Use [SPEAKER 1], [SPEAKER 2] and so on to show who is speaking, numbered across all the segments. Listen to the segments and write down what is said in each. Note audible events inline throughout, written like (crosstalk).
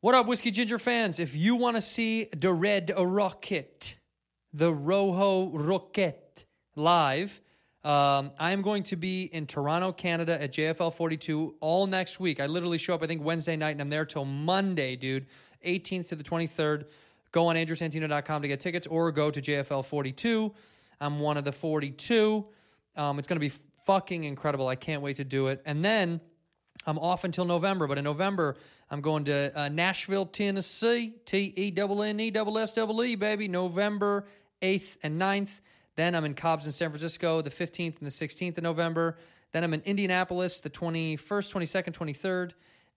[SPEAKER 1] What up, Whiskey Ginger fans? If you want to see the Red Rocket, the Rojo Rocket live, um, I'm going to be in Toronto, Canada at JFL 42 all next week. I literally show up, I think, Wednesday night, and I'm there till Monday, dude, 18th to the 23rd. Go on andrewsantino.com to get tickets or go to JFL 42. I'm one of the 42. Um, it's going to be fucking incredible. I can't wait to do it. And then I'm off until November, but in November I'm going to uh, Nashville, Tennessee, T E N N E S S E, baby, November 8th and 9th. Then I'm in Cobbs in San Francisco, the 15th and the 16th of November. Then I'm in Indianapolis, the 21st, 22nd, 23rd.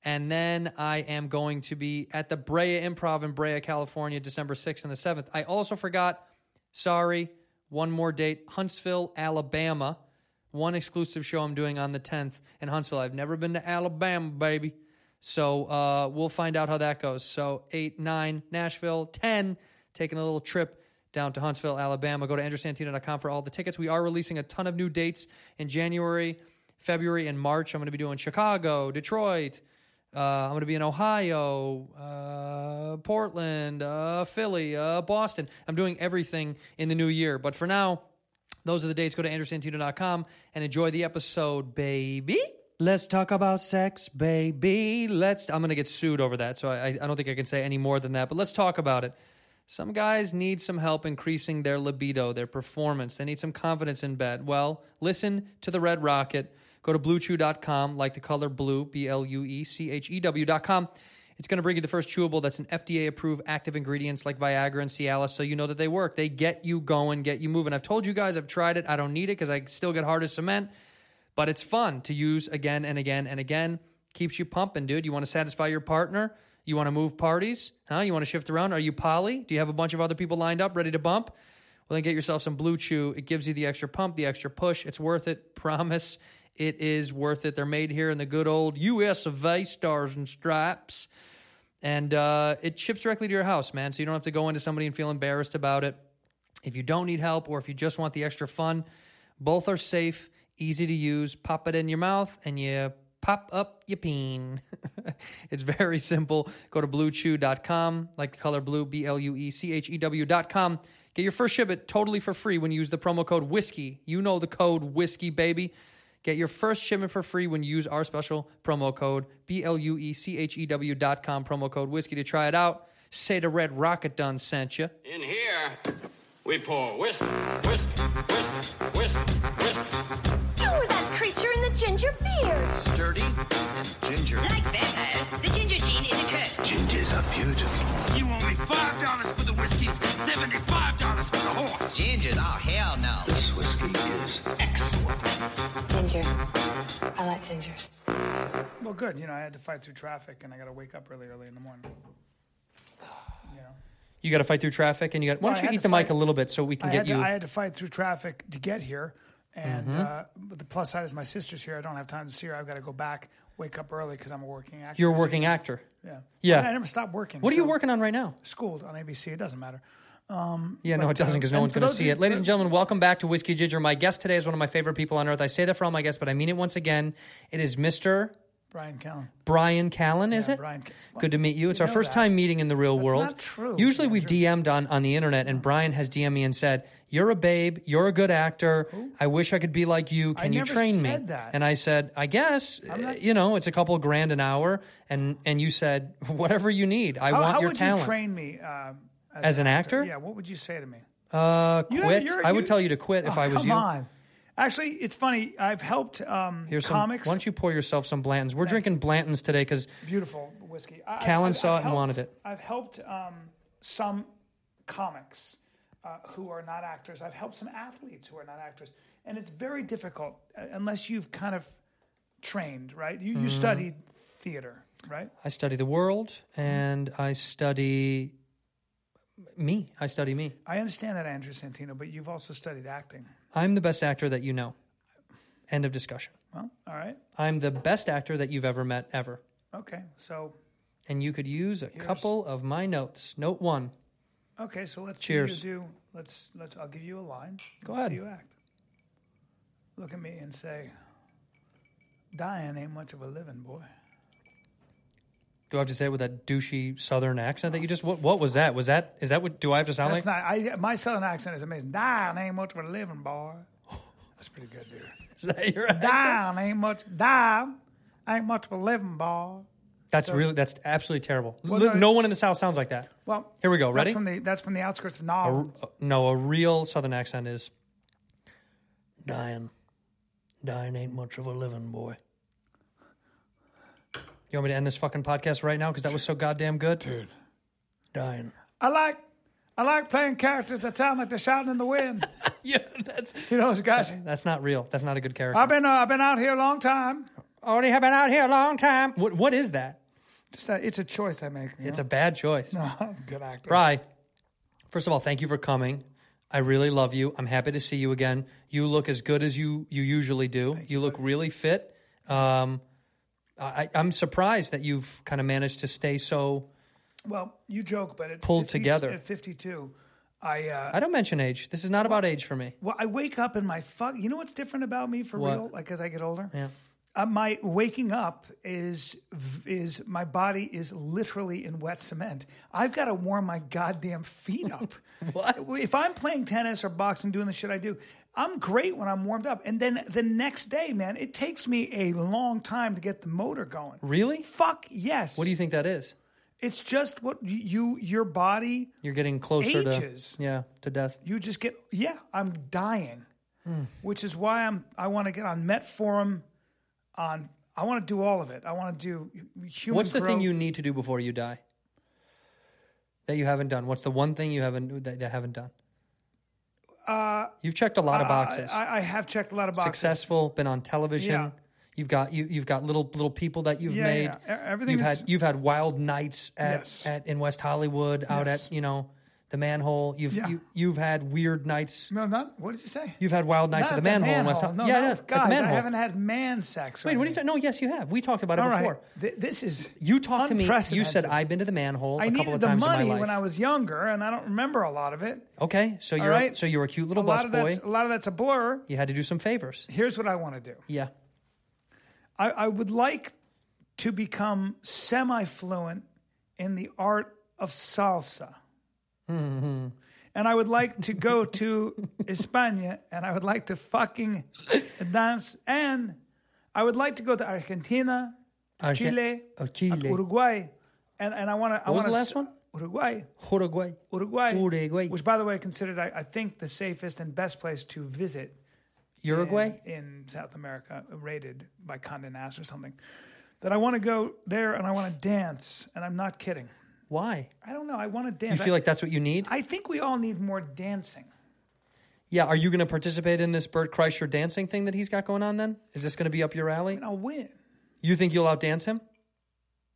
[SPEAKER 1] And then I am going to be at the Brea Improv in Brea, California, December 6th and the 7th. I also forgot, sorry, one more date, Huntsville, Alabama one exclusive show I'm doing on the 10th in Huntsville. I've never been to Alabama, baby. So uh, we'll find out how that goes. So 8, 9, Nashville, 10, taking a little trip down to Huntsville, Alabama. Go to andrewsantino.com for all the tickets. We are releasing a ton of new dates in January, February, and March. I'm going to be doing Chicago, Detroit. Uh, I'm going to be in Ohio, uh, Portland, uh, Philly, uh, Boston. I'm doing everything in the new year. But for now, those are the dates. Go to andrewsantino.com and enjoy the episode, baby. Let's talk about sex, baby. Let's. I'm gonna get sued over that, so I, I don't think I can say any more than that. But let's talk about it. Some guys need some help increasing their libido, their performance. They need some confidence in bed. Well, listen to the Red Rocket. Go to bluechew.com, like the color blue, B L U E C H E W.com. It's going to bring you the first chewable that's an FDA approved active ingredients like Viagra and Cialis, so you know that they work. They get you going, get you moving. I've told you guys I've tried it. I don't need it because I still get hard as cement, but it's fun to use again and again and again. Keeps you pumping, dude. You want to satisfy your partner? You want to move parties? Huh? You want to shift around? Are you poly? Do you have a bunch of other people lined up ready to bump? Well, then get yourself some Blue Chew. It gives you the extra pump, the extra push. It's worth it. Promise it is worth it. They're made here in the good old U.S. of A, stars and stripes. And uh, it ships directly to your house, man. So you don't have to go into somebody and feel embarrassed about it. If you don't need help or if you just want the extra fun, both are safe, easy to use. Pop it in your mouth and you pop up your peen. (laughs) it's very simple. Go to bluechew.com, like the color blue, B L U E C H E W.com. Get your first shipment totally for free when you use the promo code WHISKEY. You know the code WHISKEY, baby. Get your first shipment for free when you use our special promo code B L U E C H E W dot com promo code whiskey to try it out. Say the red rocket done sent you.
[SPEAKER 2] In here, we pour whisk, whisk, whisk, whisk, whisk.
[SPEAKER 3] You were that creature in the ginger beard.
[SPEAKER 4] sturdy and ginger.
[SPEAKER 5] Like vampires, the ginger gene is a curse.
[SPEAKER 4] Gingers are beautiful.
[SPEAKER 6] You owe me five dollars for the whiskey and seventy-five dollars for the horse.
[SPEAKER 5] Gingers? Oh, hell no.
[SPEAKER 4] This whiskey is excellent.
[SPEAKER 7] Ginger. I like gingers.
[SPEAKER 8] Well, good. You know, I had to fight through traffic, and I got to wake up really early in the morning. You know,
[SPEAKER 1] You got to fight through traffic, and you got. Why
[SPEAKER 8] Well, I
[SPEAKER 1] don't you
[SPEAKER 8] had
[SPEAKER 1] eat
[SPEAKER 8] to
[SPEAKER 1] the mic
[SPEAKER 8] fight-
[SPEAKER 1] a little bit so we can
[SPEAKER 8] I
[SPEAKER 1] get
[SPEAKER 8] had, to,
[SPEAKER 1] you? Mm-hmm.
[SPEAKER 8] I had to fight through traffic to get here, and uh, but the plus side is my sister's here. I don't have time to see her. I've got to go back, wake up early because I'm a working actor.
[SPEAKER 1] You're a working actor.
[SPEAKER 8] Yeah.
[SPEAKER 1] Yeah.
[SPEAKER 8] I never stopped working.
[SPEAKER 1] What are you
[SPEAKER 8] so-
[SPEAKER 1] working on right now?
[SPEAKER 8] Schooled on ABC. It doesn't matter.
[SPEAKER 1] Yeah, no, it doesn't because no
[SPEAKER 8] uh, and
[SPEAKER 1] one's
[SPEAKER 8] for
[SPEAKER 1] going to
[SPEAKER 8] those
[SPEAKER 1] see
[SPEAKER 8] who-
[SPEAKER 1] it. Ladies and gentlemen, welcome back to Whiskey Ginger. My guest today is one of my favorite people on earth. I say that for all my guests, but I mean it once again. It is Mr.
[SPEAKER 8] Brian Callen.
[SPEAKER 1] Brian Callen, is
[SPEAKER 8] Yeah,
[SPEAKER 1] it?
[SPEAKER 8] Brian Ca-
[SPEAKER 1] Good to meet you. It's
[SPEAKER 8] You
[SPEAKER 1] our
[SPEAKER 8] know
[SPEAKER 1] first
[SPEAKER 8] that.
[SPEAKER 1] time meeting in the real world.
[SPEAKER 8] not true,
[SPEAKER 1] Usually we've
[SPEAKER 8] Andrew.
[SPEAKER 1] DM'd on, on the internet, and Brian has DM'd me and said, You're a babe. You're a good actor. I wish I could be like you. Can you
[SPEAKER 8] never
[SPEAKER 1] train me?
[SPEAKER 8] said that.
[SPEAKER 1] And I said, I guess, uh, you know, it's a couple grand an hour. And, and you said, (laughs) Whatever you need. I
[SPEAKER 8] How,
[SPEAKER 1] want
[SPEAKER 8] how
[SPEAKER 1] your
[SPEAKER 8] would
[SPEAKER 1] talent.
[SPEAKER 8] you train me uh,
[SPEAKER 1] As an actor?
[SPEAKER 8] Yeah. What would you say to me?
[SPEAKER 1] uh,
[SPEAKER 8] You know,
[SPEAKER 1] quit.
[SPEAKER 8] you're-
[SPEAKER 1] I would tell you to quit if
[SPEAKER 8] Oh,
[SPEAKER 1] I was
[SPEAKER 8] come
[SPEAKER 1] you.
[SPEAKER 8] on. Actually, it's funny. I've helped um,
[SPEAKER 1] Here's some,
[SPEAKER 8] comics.
[SPEAKER 1] Why don't you pour yourself some Blantons? We're drinking Blantons today because
[SPEAKER 8] beautiful whiskey. I,
[SPEAKER 1] Callan
[SPEAKER 8] I've-
[SPEAKER 1] saw
[SPEAKER 8] I've
[SPEAKER 1] it and wanted it.
[SPEAKER 8] I've helped um, some comics uh, who are not actors. I've helped some athletes who are not actors, and it's very difficult uh, unless you've kind of trained, right? You,
[SPEAKER 1] Mm-hmm.
[SPEAKER 8] you studied theater, right?
[SPEAKER 1] I study the world
[SPEAKER 8] Mm-hmm.
[SPEAKER 1] and I study me. I study me.
[SPEAKER 8] I understand that, Andrew Santino, but you've also studied acting.
[SPEAKER 1] I'm the best actor that you know. End of discussion.
[SPEAKER 8] Well, all right,
[SPEAKER 1] I'm the best actor that you've ever met, ever.
[SPEAKER 8] okay, so.
[SPEAKER 1] And you could use a couple of my notes. Note one.
[SPEAKER 8] Okay, so let's
[SPEAKER 1] Cheers.
[SPEAKER 8] See you do let's let's. I'll give you a line.
[SPEAKER 1] Go
[SPEAKER 8] let's
[SPEAKER 1] ahead.
[SPEAKER 8] See you act. Look at me and say, "Dying ain't much of a living, boy."
[SPEAKER 1] Do I have to say it with that douchey Southern accent that you just? What, what was that? Was that? Is that what? Do I have to sound
[SPEAKER 8] That's
[SPEAKER 1] like? (laughs)
[SPEAKER 8] not. I, my southern accent is amazing. Dying ain't much of a living, boy. That's pretty good, dude.
[SPEAKER 1] is that your accent?
[SPEAKER 8] Dying ain't much. Dying ain't much of a living, boy.
[SPEAKER 1] That's really. That's absolutely terrible.
[SPEAKER 8] no,
[SPEAKER 1] no,
[SPEAKER 8] it's-
[SPEAKER 1] one in the South sounds like that.
[SPEAKER 8] Well,
[SPEAKER 1] Here we go.
[SPEAKER 8] That's
[SPEAKER 1] Ready?
[SPEAKER 8] from the that's from the outskirts of Nob.
[SPEAKER 1] Uh, no, a real Southern accent is dying. Dying ain't much of a living, boy. You want me to end this fucking podcast right now because that was so goddamn good, dude. Dying.
[SPEAKER 8] I like I like playing characters that sound like they're shouting in the wind.
[SPEAKER 1] (laughs) Yeah, that's
[SPEAKER 8] you know, those guys.
[SPEAKER 1] that's not real. That's not a good character.
[SPEAKER 8] I've been uh, I've been out here a long time.
[SPEAKER 1] already have been out here a long time. What what is that?
[SPEAKER 8] Just a, it's a choice I make. you
[SPEAKER 1] It's a bad choice.
[SPEAKER 8] (laughs) know? good actor.
[SPEAKER 1] Bry, first of all, thank you for coming. I really love you. I'm happy to see you again. You look as good as you you usually do. You look really fit. Um, I, I'm surprised that you've kind of managed to stay so.
[SPEAKER 8] Well, you joke, but at
[SPEAKER 1] Pulled
[SPEAKER 8] 50
[SPEAKER 1] together.
[SPEAKER 8] At fifty-two, I uh,
[SPEAKER 1] I don't mention age. This is not about age for me.
[SPEAKER 8] well, I wake up and my fuck. You know what's different about me for
[SPEAKER 1] What?
[SPEAKER 8] real? Like as I get older, yeah. Uh, my waking up is v- is my body is literally in wet cement. I've got to warm my goddamn feet up.
[SPEAKER 1] (laughs) What?
[SPEAKER 8] If I'm playing tennis or boxing, doing the shit I do, I'm great when I'm warmed up. And then the next day, man, it takes me a long time to get the motor going.
[SPEAKER 1] Really?
[SPEAKER 8] Fuck yes.
[SPEAKER 1] What do you think that is?
[SPEAKER 8] It's just what y- you your body
[SPEAKER 1] You're getting closer
[SPEAKER 8] Ages.
[SPEAKER 1] to yeah to death.
[SPEAKER 8] you just get yeah i'm dying
[SPEAKER 1] Hmm.
[SPEAKER 8] which is why i'm i want to get on metformin on i want to do all of it i want to do human
[SPEAKER 1] What's the thing
[SPEAKER 8] growth.
[SPEAKER 1] you need to do before you die that you haven't done? What's the one thing you haven't that, that haven't done? Uh, You've checked a lot of boxes.
[SPEAKER 8] I, I have checked a lot of boxes
[SPEAKER 1] Successful, been on television.
[SPEAKER 8] Yeah.
[SPEAKER 1] You've got you, you've got little little people that you've
[SPEAKER 8] Yeah,
[SPEAKER 1] made.
[SPEAKER 8] yeah. E- everything
[SPEAKER 1] you've
[SPEAKER 8] is-
[SPEAKER 1] had you've had wild nights at,
[SPEAKER 8] Yes.
[SPEAKER 1] at in West Hollywood, out
[SPEAKER 8] Yes.
[SPEAKER 1] at you know the manhole. You've
[SPEAKER 8] Yeah.
[SPEAKER 1] you, you've had weird nights.
[SPEAKER 8] no not what did you say
[SPEAKER 1] You've had wild nights
[SPEAKER 8] Not
[SPEAKER 1] at the manhole, in West
[SPEAKER 8] manhole.
[SPEAKER 1] Hollywood.
[SPEAKER 8] no,
[SPEAKER 1] yeah,
[SPEAKER 8] no,
[SPEAKER 1] yeah,
[SPEAKER 8] guys
[SPEAKER 1] at the manhole.
[SPEAKER 8] i haven't had man sex
[SPEAKER 1] Wait, what are you? Ta- no, yes, you have. We talked about it
[SPEAKER 8] all
[SPEAKER 1] before.
[SPEAKER 8] right Th- this is
[SPEAKER 1] You talked to me. You said
[SPEAKER 8] unprecedented.
[SPEAKER 1] I've been to the manhole a
[SPEAKER 8] I
[SPEAKER 1] couple
[SPEAKER 8] needed
[SPEAKER 1] of
[SPEAKER 8] the
[SPEAKER 1] times in
[SPEAKER 8] money
[SPEAKER 1] my life.
[SPEAKER 8] when I was younger, and I don't remember a lot of it.
[SPEAKER 1] Okay, so
[SPEAKER 8] All
[SPEAKER 1] you're
[SPEAKER 8] right,
[SPEAKER 1] a, so you're a cute little
[SPEAKER 8] a lot
[SPEAKER 1] bus
[SPEAKER 8] of
[SPEAKER 1] boy.
[SPEAKER 8] that's a lot of that's a blur.
[SPEAKER 1] You had to do some favors.
[SPEAKER 8] Here's what I want to do.
[SPEAKER 1] Yeah.
[SPEAKER 8] I, I would like to become semi fluent in the art of salsa.
[SPEAKER 1] Mm-hmm.
[SPEAKER 8] And I would like to go
[SPEAKER 1] (laughs)
[SPEAKER 8] to España and I would like to fucking dance. And I would like to go to Argentina, Chile,
[SPEAKER 1] Oh, Chile.
[SPEAKER 8] Uruguay. And, and I want to. I
[SPEAKER 1] What was
[SPEAKER 8] wanna
[SPEAKER 1] the last
[SPEAKER 8] s-
[SPEAKER 1] one?
[SPEAKER 8] Uruguay.
[SPEAKER 1] Uruguay.
[SPEAKER 8] Uruguay.
[SPEAKER 1] Uruguay.
[SPEAKER 8] Which, by the way, considered, I, I think, the safest and best place to visit
[SPEAKER 1] Uruguay.
[SPEAKER 8] in, in South America, rated by Condé Nast or something. That I want to go there and I want to dance, and I'm not kidding.
[SPEAKER 1] Why?
[SPEAKER 8] I don't know. I want to
[SPEAKER 1] You
[SPEAKER 8] dance.
[SPEAKER 1] feel like that's what you need?
[SPEAKER 8] I, I think we all need more dancing.
[SPEAKER 1] yeah. Are you going to participate in this Bert Kreischer dancing thing that he's got going on? Then is this going to be up your alley?
[SPEAKER 8] And I'll win.
[SPEAKER 1] You think you'll outdance him?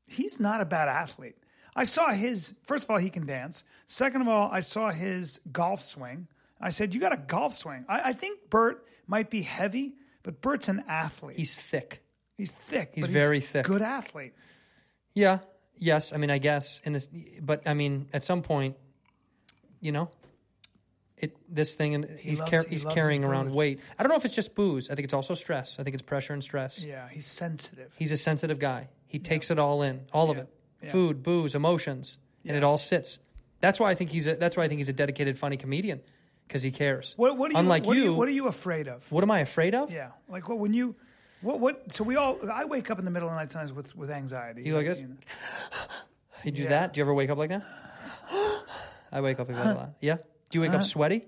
[SPEAKER 8] He's not a bad athlete. I saw his. First of all, he can dance. Second of all, I saw his golf swing. I said, "You got a golf swing." I, I think Bert might be heavy, but Bert's an athlete.
[SPEAKER 1] He's thick.
[SPEAKER 8] He's thick.
[SPEAKER 1] He's
[SPEAKER 8] but
[SPEAKER 1] very thick.
[SPEAKER 8] Good athlete.
[SPEAKER 1] Yeah. Yes. I mean, I guess in this, but I mean, at some point, you know, it this thing and he's
[SPEAKER 8] loves-
[SPEAKER 1] car-
[SPEAKER 8] he
[SPEAKER 1] he's
[SPEAKER 8] loves
[SPEAKER 1] carrying
[SPEAKER 8] his
[SPEAKER 1] around
[SPEAKER 8] booze.
[SPEAKER 1] weight. I don't know if it's just booze. I think it's also stress. I think it's pressure and stress.
[SPEAKER 8] Yeah, he's sensitive.
[SPEAKER 1] He's a sensitive guy. He takes it all in, all of it. Food, booze, emotions, and it all sits. That's why I think he's a that's why I think he's a dedicated funny comedian cuz he cares.
[SPEAKER 8] What, what are you?
[SPEAKER 1] Unlike
[SPEAKER 8] what
[SPEAKER 1] you,
[SPEAKER 8] Are you, what are you afraid of?
[SPEAKER 1] what am I afraid of?
[SPEAKER 8] Yeah, like what when you, what what? So we all. I wake up in the middle of the night sometimes with with anxiety.
[SPEAKER 1] You like this?
[SPEAKER 8] know.
[SPEAKER 1] (laughs) You do
[SPEAKER 8] Yeah.
[SPEAKER 1] that? Do you ever wake up like that? (gasps) I wake up like that a lot. Yeah. Do you
[SPEAKER 8] Uh-huh.
[SPEAKER 1] wake up sweaty?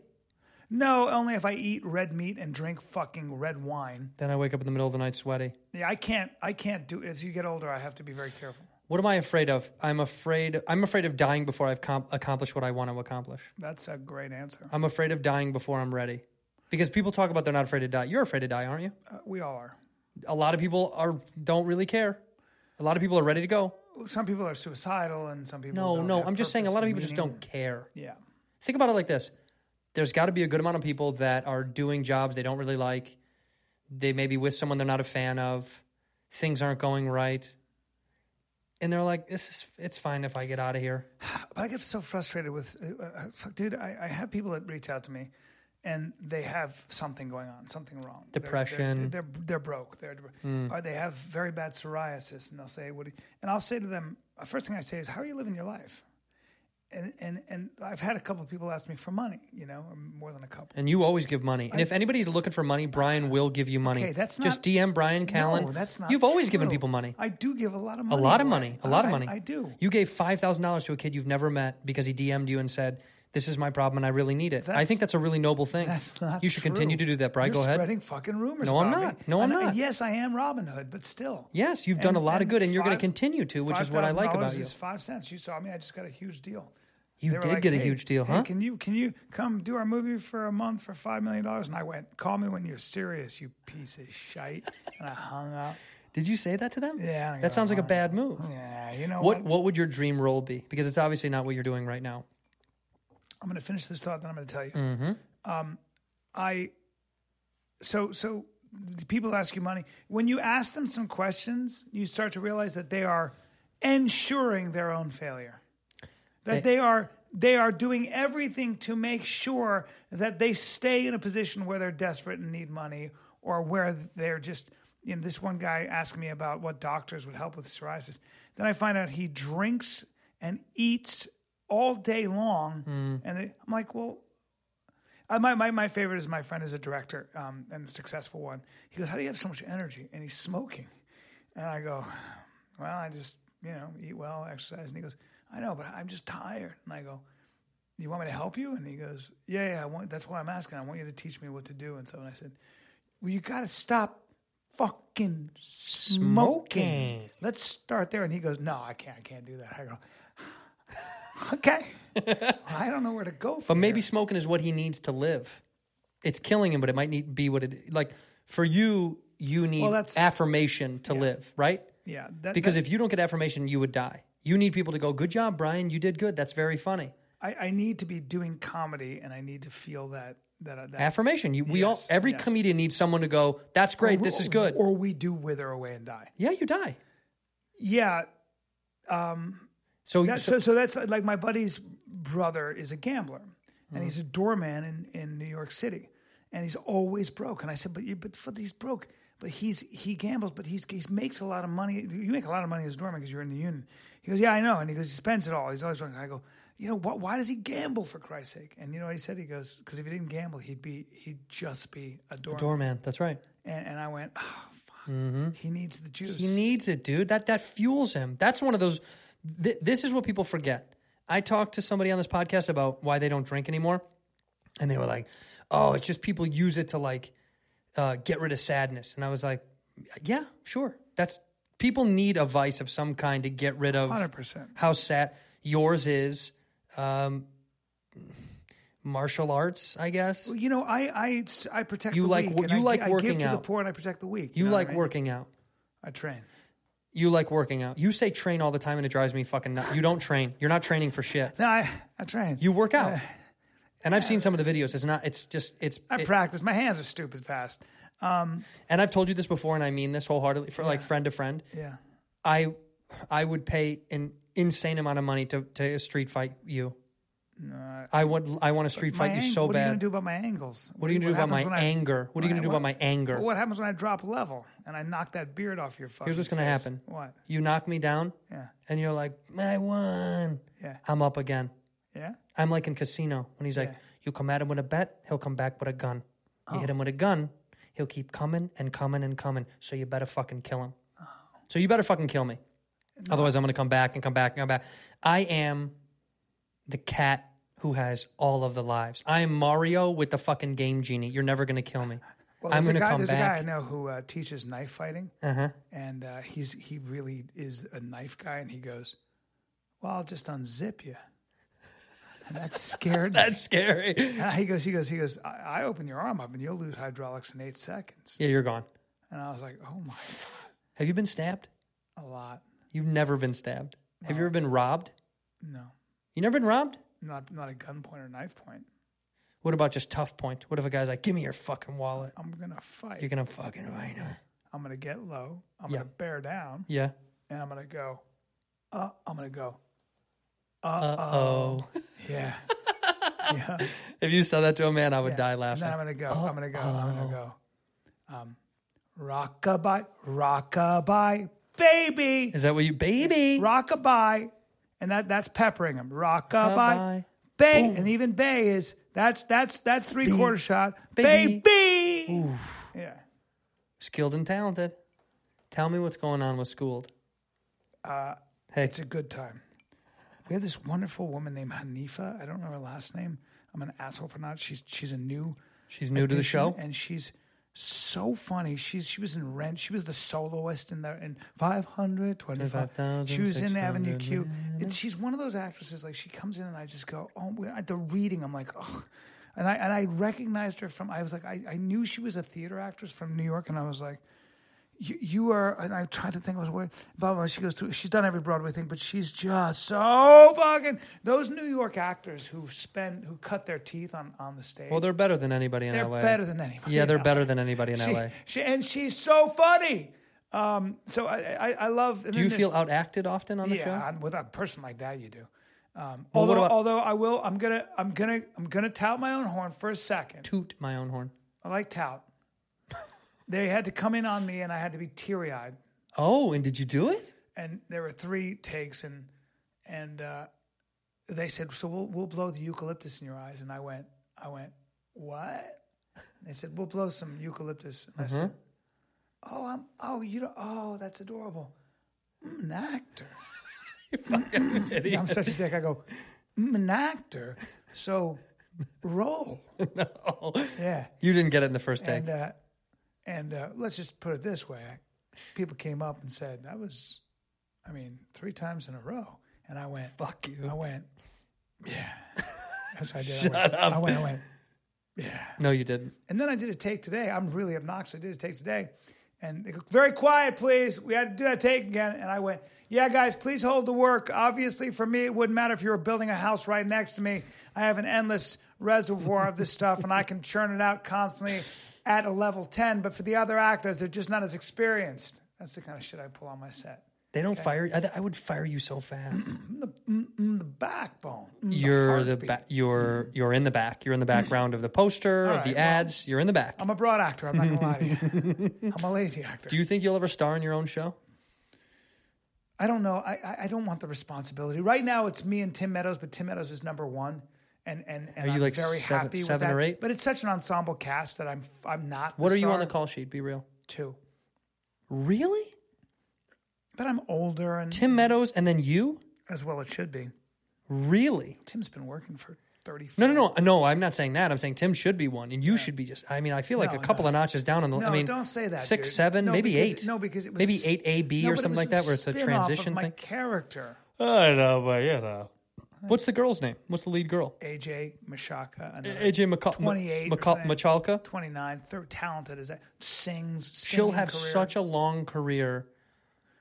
[SPEAKER 8] No, only if I eat red meat and drink fucking red wine.
[SPEAKER 1] Then I wake up in the middle of the night sweaty.
[SPEAKER 8] Yeah, I can't. I can't do. As you get older, I have to be very careful.
[SPEAKER 1] What am I afraid of? I'm afraid I'm afraid of dying before I've com- accomplished what I want to accomplish.
[SPEAKER 8] That's a great answer.
[SPEAKER 1] I'm afraid of dying before I'm ready. Because people talk about they're not afraid to die. You're afraid to die, aren't you?
[SPEAKER 8] Uh, we all are.
[SPEAKER 1] a lot of people are don't really care. A lot of people are ready to go.
[SPEAKER 8] Some people are suicidal, and some people.
[SPEAKER 1] No,
[SPEAKER 8] don't
[SPEAKER 1] no,
[SPEAKER 8] have
[SPEAKER 1] I'm just saying a
[SPEAKER 8] purpose Mm-hmm.
[SPEAKER 1] lot of
[SPEAKER 8] and
[SPEAKER 1] people just
[SPEAKER 8] meaning.
[SPEAKER 1] don't care.
[SPEAKER 8] Yeah,
[SPEAKER 1] Think about it like this. There's got to be a good amount of people that are doing jobs they don't really like. They may be with someone they're not a fan of. Things aren't going right. And they're like, this is it's fine if I get out of here.
[SPEAKER 8] but I get so frustrated with, uh, uh, fuck, dude. I, I have people that reach out to me, and they have something going on, something wrong. They're- they're-
[SPEAKER 1] Depression. Mm.
[SPEAKER 8] They're they're, broke. They're or they have very bad psoriasis, and they'll say, "What?" do you-" And I'll say to them, the first thing I say is, "How are you living your life?" And and and I've had a couple of people ask me for money, you know, or more than a couple.
[SPEAKER 1] And you always give money. And if anybody's looking for money, Brian will give you money.
[SPEAKER 8] Okay, that's
[SPEAKER 1] just
[SPEAKER 8] not-
[SPEAKER 1] DM Brian Callen.
[SPEAKER 8] No, that's not.
[SPEAKER 1] You've always given
[SPEAKER 8] true.
[SPEAKER 1] people money.
[SPEAKER 8] I do give a lot of
[SPEAKER 1] A
[SPEAKER 8] money.
[SPEAKER 1] lot of
[SPEAKER 8] away.
[SPEAKER 1] money. A lot of
[SPEAKER 8] I-
[SPEAKER 1] money.
[SPEAKER 8] I do.
[SPEAKER 1] You gave five thousand dollars to a kid you've never met because he DM'd you and said, "This is my problem and I really need it." I
[SPEAKER 8] That's-
[SPEAKER 1] think that's a really noble thing.
[SPEAKER 8] That's not.
[SPEAKER 1] You should
[SPEAKER 8] true.
[SPEAKER 1] continue to do that, Brian. Go
[SPEAKER 8] You're
[SPEAKER 1] ahead.
[SPEAKER 8] Spreading fucking rumors.
[SPEAKER 1] No, I'm
[SPEAKER 8] about me.
[SPEAKER 1] not. No, I'm
[SPEAKER 8] And-
[SPEAKER 1] not.
[SPEAKER 8] Yes, I am Robin Hood, but still.
[SPEAKER 1] Yes, you've done a lot of good, and you're gonna
[SPEAKER 8] five-
[SPEAKER 1] continue to, which is what I like about
[SPEAKER 8] $5,000
[SPEAKER 1] you.
[SPEAKER 8] Is five cents. You saw me. I just got a huge deal.
[SPEAKER 1] You
[SPEAKER 8] They were
[SPEAKER 1] did
[SPEAKER 8] like,
[SPEAKER 1] get a
[SPEAKER 8] "Hey,
[SPEAKER 1] huge deal,
[SPEAKER 8] hey,
[SPEAKER 1] huh?
[SPEAKER 8] Can you can you come do our movie for a month for five million dollars? And I went, call me when you're serious, you piece of shite. and I hung up.
[SPEAKER 1] Did you say that to them?
[SPEAKER 8] Yeah, I
[SPEAKER 1] That sounds like a
[SPEAKER 8] know.
[SPEAKER 1] bad move.
[SPEAKER 8] Yeah, you know
[SPEAKER 1] What
[SPEAKER 8] what?
[SPEAKER 1] What would your dream role be? Because it's obviously not what you're doing right now.
[SPEAKER 8] I'm going to finish this thought, then I'm going to tell you. Um, I so so the people ask you money when you ask them some questions, you start to realize that they are ensuring their own failure. That they, are they are doing everything to make sure that they stay in a position where they're desperate and need money, or where they're just. You know, this one guy asked me about what doctors would help with psoriasis. Then I find out he drinks and eats all day long, and they, I'm like, well, uh, my, my, my favorite is my friend is a director um, and a successful one. He goes, How do you have so much energy? And he's smoking. And I go, Well, I just, you know, eat well, exercise. And he goes, I know, but I'm just tired. And I go, You want me to help you? And he goes, Yeah, yeah, I want, that's why I'm asking. I want you to teach me what to do. And so and I said, Well, you got to stop fucking smoking.
[SPEAKER 1] Smoking.
[SPEAKER 8] Let's start there. And he goes, No, I can't. I can't do that. I go, Okay. I don't know where to go
[SPEAKER 1] But
[SPEAKER 8] from
[SPEAKER 1] maybe smoking is what he needs to live. It's killing him, but it might need, be what it like for you. You need
[SPEAKER 8] Well, that's-
[SPEAKER 1] affirmation to live, right?
[SPEAKER 8] Yeah. That,
[SPEAKER 1] Because
[SPEAKER 8] that-
[SPEAKER 1] if you don't get affirmation, you would die. You need people to go, "Good job, Brian. You did good. That's very funny."
[SPEAKER 8] I, I need to be doing comedy and I need to feel that that, that
[SPEAKER 1] Affirmation. You, we all,
[SPEAKER 8] Yes,
[SPEAKER 1] every
[SPEAKER 8] yes.
[SPEAKER 1] comedian needs someone to go, "That's great. This is good."
[SPEAKER 8] Or we do wither away and die.
[SPEAKER 1] yeah, you die.
[SPEAKER 8] Yeah.
[SPEAKER 1] So,
[SPEAKER 8] That,
[SPEAKER 1] so
[SPEAKER 8] so so that's like my buddy's brother is a gambler and he's a doorman in, in New York City and he's always broke. And I said, but you but for he's broke. But he's he gambles, but he's he makes a lot of money. You make a lot of money as a doorman because you're in the union. He goes, yeah, I know. And he goes, he spends it all. He's always broke. And I go, you know, what, why does he gamble for Christ's sake? And you know what he said? He goes, because if he didn't gamble, he'd be he'd just be a doorman.
[SPEAKER 1] doorman. That's right.
[SPEAKER 8] And, and I went, oh, fuck. He needs the juice.
[SPEAKER 1] He needs it, dude. That that fuels him. That's one of those. Th- this is what people forget. I talked to somebody on this podcast about why they don't drink anymore, and they were like, "Oh, it's just people use it to like uh, get rid of sadness." And I was like, "Yeah, sure. That's people need a vice of some kind to get rid of
[SPEAKER 8] 100%.
[SPEAKER 1] how sad yours is." Um, martial arts, I guess.
[SPEAKER 8] you know, I I, I protect
[SPEAKER 1] You
[SPEAKER 8] the
[SPEAKER 1] like
[SPEAKER 8] weak.
[SPEAKER 1] wo-
[SPEAKER 8] and
[SPEAKER 1] you
[SPEAKER 8] I, gi-
[SPEAKER 1] like
[SPEAKER 8] I
[SPEAKER 1] working
[SPEAKER 8] give to the
[SPEAKER 1] out.
[SPEAKER 8] poor and I protect the weak.
[SPEAKER 1] You
[SPEAKER 8] know what
[SPEAKER 1] like
[SPEAKER 8] I mean?
[SPEAKER 1] working out.
[SPEAKER 8] I train.
[SPEAKER 1] You like working out. You say train all the time, and it drives me fucking nuts. You don't train. You're not training for shit.
[SPEAKER 8] No, I I train.
[SPEAKER 1] You work
[SPEAKER 8] (sighs)
[SPEAKER 1] out. and I've seen some of the videos. It's not. It's just. It's.
[SPEAKER 8] I
[SPEAKER 1] it-
[SPEAKER 8] practice. My hands are stupid fast.
[SPEAKER 1] and I've told you this before, and I mean this wholeheartedly. For like friend to friend,
[SPEAKER 8] Yeah.
[SPEAKER 1] I, I would pay an insane amount of money to to street fight you. I would. I want to street
[SPEAKER 8] My
[SPEAKER 1] fight you
[SPEAKER 8] ang-
[SPEAKER 1] so
[SPEAKER 8] what are you
[SPEAKER 1] bad.
[SPEAKER 8] gonna do about my angles?
[SPEAKER 1] what are you gonna do about my
[SPEAKER 8] happens when I-
[SPEAKER 1] anger? What are you gonna do about my anger?
[SPEAKER 8] What happens when I drop level and I knock that beard off your fucking?
[SPEAKER 1] Here's what's gonna
[SPEAKER 8] face?
[SPEAKER 1] happen.
[SPEAKER 8] What?
[SPEAKER 1] You knock me down,
[SPEAKER 8] Yeah.
[SPEAKER 1] and you're like, I won.
[SPEAKER 8] Yeah.
[SPEAKER 1] I'm up again.
[SPEAKER 8] Yeah.
[SPEAKER 1] I'm like in casino when he's like, you come at him with a bet, he'll come back with a gun. You
[SPEAKER 8] Oh.
[SPEAKER 1] hit him with a gun, he'll keep coming and coming and coming. So you better fucking kill him.
[SPEAKER 8] Oh.
[SPEAKER 1] So you better fucking kill me. Otherwise, I'm going to come back and come back and come back. I am the cat who has all of the lives. I am Mario with the fucking game genie. You're never going to kill me.
[SPEAKER 8] (laughs) Well,
[SPEAKER 1] I'm going
[SPEAKER 8] there's a
[SPEAKER 1] to
[SPEAKER 8] guy-
[SPEAKER 1] come
[SPEAKER 8] There's a guy I
[SPEAKER 1] back.
[SPEAKER 8] know who uh, teaches knife fighting, uh-huh. and uh, he's he really is a knife guy. And he goes, "Well, I'll just unzip you," and
[SPEAKER 1] (laughs)
[SPEAKER 8] that's scared. me.
[SPEAKER 1] That's scary.
[SPEAKER 8] And Uh, he goes, he goes, he goes. I, I open your arm up, and you'll lose hydraulics in eight seconds.
[SPEAKER 1] Yeah, you're gone.
[SPEAKER 8] And I was like, "Oh my,
[SPEAKER 1] Have you been stabbed?
[SPEAKER 8] a lot."
[SPEAKER 1] You've never been stabbed. Have you ever been robbed?
[SPEAKER 8] No.
[SPEAKER 1] You never been robbed?
[SPEAKER 8] Not not a gunpoint or knife point.
[SPEAKER 1] What about just tough point? What if a guy's like, give me your fucking wallet?
[SPEAKER 8] I'm gonna fight.
[SPEAKER 1] You're gonna fucking right her.
[SPEAKER 8] I'm gonna get low. I'm
[SPEAKER 1] Yeah.
[SPEAKER 8] gonna bear down,
[SPEAKER 1] Yeah.
[SPEAKER 8] and I'm gonna go. Uh, (laughs) I'm gonna go.
[SPEAKER 1] Uh oh.
[SPEAKER 8] Yeah.
[SPEAKER 1] If you said that to a man, I would die
[SPEAKER 8] And then
[SPEAKER 1] (laughs) laughing.
[SPEAKER 8] I'm gonna go. I'm gonna go. I'm gonna go. Um, rockabye, rockabye, baby,
[SPEAKER 1] Is that what you, baby?
[SPEAKER 8] rockabye, and that that's peppering him. Rockabye,
[SPEAKER 1] Rockabye.
[SPEAKER 8] bay, and even bay is that's that's that's three quarter shot,
[SPEAKER 1] Baby.
[SPEAKER 8] baby. Yeah,
[SPEAKER 1] Skilled and talented. Tell me what's going on with Schooled.
[SPEAKER 8] Uh, it's a good time. We have this wonderful woman named Hanifa. I don't know her last name. I'm an asshole for not. She's she's a new.
[SPEAKER 1] She's new to the
[SPEAKER 8] addition,
[SPEAKER 1] show.
[SPEAKER 8] and she's so funny. She's she was in Rent. She was the soloist in there in five hundred twenty five. She was in Avenue Q. And she's one of those actresses. Like she comes in and I just go, oh, we- at the reading, I'm like, oh. And I and I recognized her from. I was like, I, I knew she was a theater actress from New York, and I was like. You, you are, and I tried to think I was weird. Blah, blah blah. She goes through. She's done every Broadway thing, but she's just so fucking. Those New York actors who spend, who cut their teeth on on the stage.
[SPEAKER 1] Well, they're better than anybody in
[SPEAKER 8] They're
[SPEAKER 1] LA.
[SPEAKER 8] better than anybody
[SPEAKER 1] Yeah,
[SPEAKER 8] in
[SPEAKER 1] they're
[SPEAKER 8] LA.
[SPEAKER 1] better than anybody in LA.
[SPEAKER 8] she, she and she's so funny. Um, so I, I, I love.
[SPEAKER 1] Do you feel outacted often on the show?
[SPEAKER 8] Yeah, on- with a person like that, you do. Um,
[SPEAKER 1] what
[SPEAKER 8] although,
[SPEAKER 1] about-
[SPEAKER 8] although I will, I'm gonna, I'm gonna, I'm gonna tout my own horn for a second.
[SPEAKER 1] Toot my own horn.
[SPEAKER 8] I like
[SPEAKER 1] (laughs)
[SPEAKER 8] tout. they had to come in on me, and I had to be teary eyed.
[SPEAKER 1] Oh, and did you do it?
[SPEAKER 8] And there were three takes, and and uh, they said, "So we'll we'll blow the eucalyptus in your eyes." And I went, I went, what? And they said, we'll blow some eucalyptus. And I said, oh, I'm oh you don't oh that's adorable. I'm an actor. I'm such a dick. I go, I'm an actor. So roll. Yeah.
[SPEAKER 1] You didn't get it in the first take.
[SPEAKER 8] And uh, and uh, let's just put it this way: people came up and said that was, I mean, three times in a row, and I went,
[SPEAKER 1] Fuck you.
[SPEAKER 8] I went, yeah, that's what I
[SPEAKER 1] (laughs)
[SPEAKER 8] did. I, went, I went, I went, yeah.
[SPEAKER 1] No, you didn't.
[SPEAKER 8] And then I did a take today. I'm really obnoxious. I did a take today, and they go, very quiet, please. We had to do that take again, and I went, yeah, guys, please hold the work. Obviously, for me, it wouldn't matter if you were building a house right next to me. I have an endless reservoir of this stuff, and I can churn it out constantly at a level ten. But for the other actors, they're just not as experienced. That's the kind of shit I pull on my set.
[SPEAKER 1] They don't fire. I, I would fire you so
[SPEAKER 8] (clears throat)
[SPEAKER 1] fast.
[SPEAKER 8] The backbone.
[SPEAKER 1] you're the
[SPEAKER 8] heartbeat.
[SPEAKER 1] ba- you're you're in the back. You're in the background of the poster of
[SPEAKER 8] right,
[SPEAKER 1] the
[SPEAKER 8] well,
[SPEAKER 1] ads. you're in the back.
[SPEAKER 8] I'm a broad actor. I'm not gonna lie to you. I'm a lazy actor.
[SPEAKER 1] Do you think you'll ever star in your own show?
[SPEAKER 8] I don't know. I, I, I don't want the responsibility. Right now, it's me and Tim Meadows, but Tim Meadows is number one, and and, and
[SPEAKER 1] Are you
[SPEAKER 8] I'm
[SPEAKER 1] like
[SPEAKER 8] very
[SPEAKER 1] seven-
[SPEAKER 8] happy
[SPEAKER 1] seven
[SPEAKER 8] with that.
[SPEAKER 1] or eight?
[SPEAKER 8] But it's such an ensemble cast that I'm I'm not.
[SPEAKER 1] What are you on the
[SPEAKER 8] star.
[SPEAKER 1] call sheet? Be real.
[SPEAKER 8] Two,
[SPEAKER 1] Really?
[SPEAKER 8] but I'm older and
[SPEAKER 1] Tim Meadows and then you?
[SPEAKER 8] as well it should be.
[SPEAKER 1] Really?
[SPEAKER 8] Tim's been working for thirty.
[SPEAKER 1] No, no, no, no. I'm not saying that. I'm saying Tim should be one, and you should be just. I mean, I feel like
[SPEAKER 8] No,
[SPEAKER 1] a couple
[SPEAKER 8] no.
[SPEAKER 1] of notches down on the.
[SPEAKER 8] No,
[SPEAKER 1] I mean,
[SPEAKER 8] don't say that.
[SPEAKER 1] Six,
[SPEAKER 8] dude.
[SPEAKER 1] seven,
[SPEAKER 8] No,
[SPEAKER 1] maybe
[SPEAKER 8] because-
[SPEAKER 1] eight.
[SPEAKER 8] No, because it was
[SPEAKER 1] maybe
[SPEAKER 8] a s-
[SPEAKER 1] eight A B
[SPEAKER 8] No,
[SPEAKER 1] or
[SPEAKER 8] but it
[SPEAKER 1] something
[SPEAKER 8] was
[SPEAKER 1] like
[SPEAKER 8] a
[SPEAKER 1] that, where it's a
[SPEAKER 8] spin-off
[SPEAKER 1] transition
[SPEAKER 8] of my
[SPEAKER 1] thing.
[SPEAKER 8] character,
[SPEAKER 1] I know, but you know. What's the girl's name? What's the lead girl?
[SPEAKER 8] AJ Mashaka,
[SPEAKER 1] AJ McCall.
[SPEAKER 8] 28 or
[SPEAKER 1] McCall,
[SPEAKER 8] something.
[SPEAKER 1] Machalka.
[SPEAKER 8] twenty nine, talented as that, sings.
[SPEAKER 1] She'll
[SPEAKER 8] singing
[SPEAKER 1] have
[SPEAKER 8] career.
[SPEAKER 1] such a long career.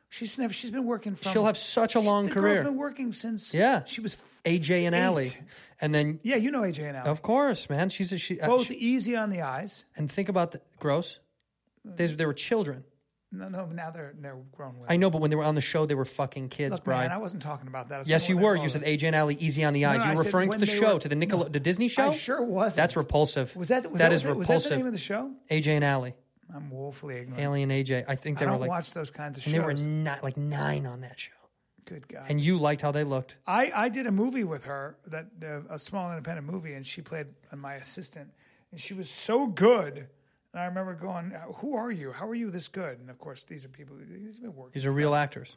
[SPEAKER 8] She's never. She's been working from.
[SPEAKER 1] She'll have such a
[SPEAKER 8] She's-
[SPEAKER 1] long
[SPEAKER 8] the
[SPEAKER 1] career.
[SPEAKER 8] Girl's been working since.
[SPEAKER 1] Yeah.
[SPEAKER 8] She was.
[SPEAKER 1] AJ and
[SPEAKER 8] eight.
[SPEAKER 1] Allie, and then
[SPEAKER 8] Yeah, you know AJ and Allie.
[SPEAKER 1] of course, man, she's a, she, uh,
[SPEAKER 8] Both
[SPEAKER 1] she-
[SPEAKER 8] easy on the eyes.
[SPEAKER 1] And think about the gross.
[SPEAKER 8] Uh,
[SPEAKER 1] They, they were children.
[SPEAKER 8] No, no. Now they're they're grown women.
[SPEAKER 1] I know, but when they were on the show, they were fucking kids,
[SPEAKER 8] Look,
[SPEAKER 1] Brian.
[SPEAKER 8] man, I wasn't talking about that. I was
[SPEAKER 1] Yes,
[SPEAKER 8] talking
[SPEAKER 1] you
[SPEAKER 8] about
[SPEAKER 1] were.
[SPEAKER 8] their
[SPEAKER 1] You said
[SPEAKER 8] father.
[SPEAKER 1] AJ and Ali, easy on the eyes.
[SPEAKER 8] no,
[SPEAKER 1] you
[SPEAKER 8] I
[SPEAKER 1] were
[SPEAKER 8] said
[SPEAKER 1] referring to
[SPEAKER 8] when
[SPEAKER 1] the
[SPEAKER 8] they
[SPEAKER 1] show,
[SPEAKER 8] were-
[SPEAKER 1] to the Nickel, the Disney show.
[SPEAKER 8] I sure wasn't.
[SPEAKER 1] That's repulsive.
[SPEAKER 8] Was that was
[SPEAKER 1] that
[SPEAKER 8] that
[SPEAKER 1] is
[SPEAKER 8] was
[SPEAKER 1] repulsive.
[SPEAKER 8] that the name of the show?
[SPEAKER 1] AJ and Ali,
[SPEAKER 8] I'm woefully ignorant.
[SPEAKER 1] Alien AJ. I think they
[SPEAKER 8] I
[SPEAKER 1] were
[SPEAKER 8] don't
[SPEAKER 1] like,
[SPEAKER 8] watch those kinds of
[SPEAKER 1] and
[SPEAKER 8] shows.
[SPEAKER 1] they were not like nine on that show.
[SPEAKER 8] Good God.
[SPEAKER 1] And you liked how they looked.
[SPEAKER 8] I, I did a movie with her that uh, a small independent movie, and she played my assistant, and she was so good. And I remember going, "Who are you? How are you this good?" And of course, these are people. These have been working.
[SPEAKER 1] These are real actors.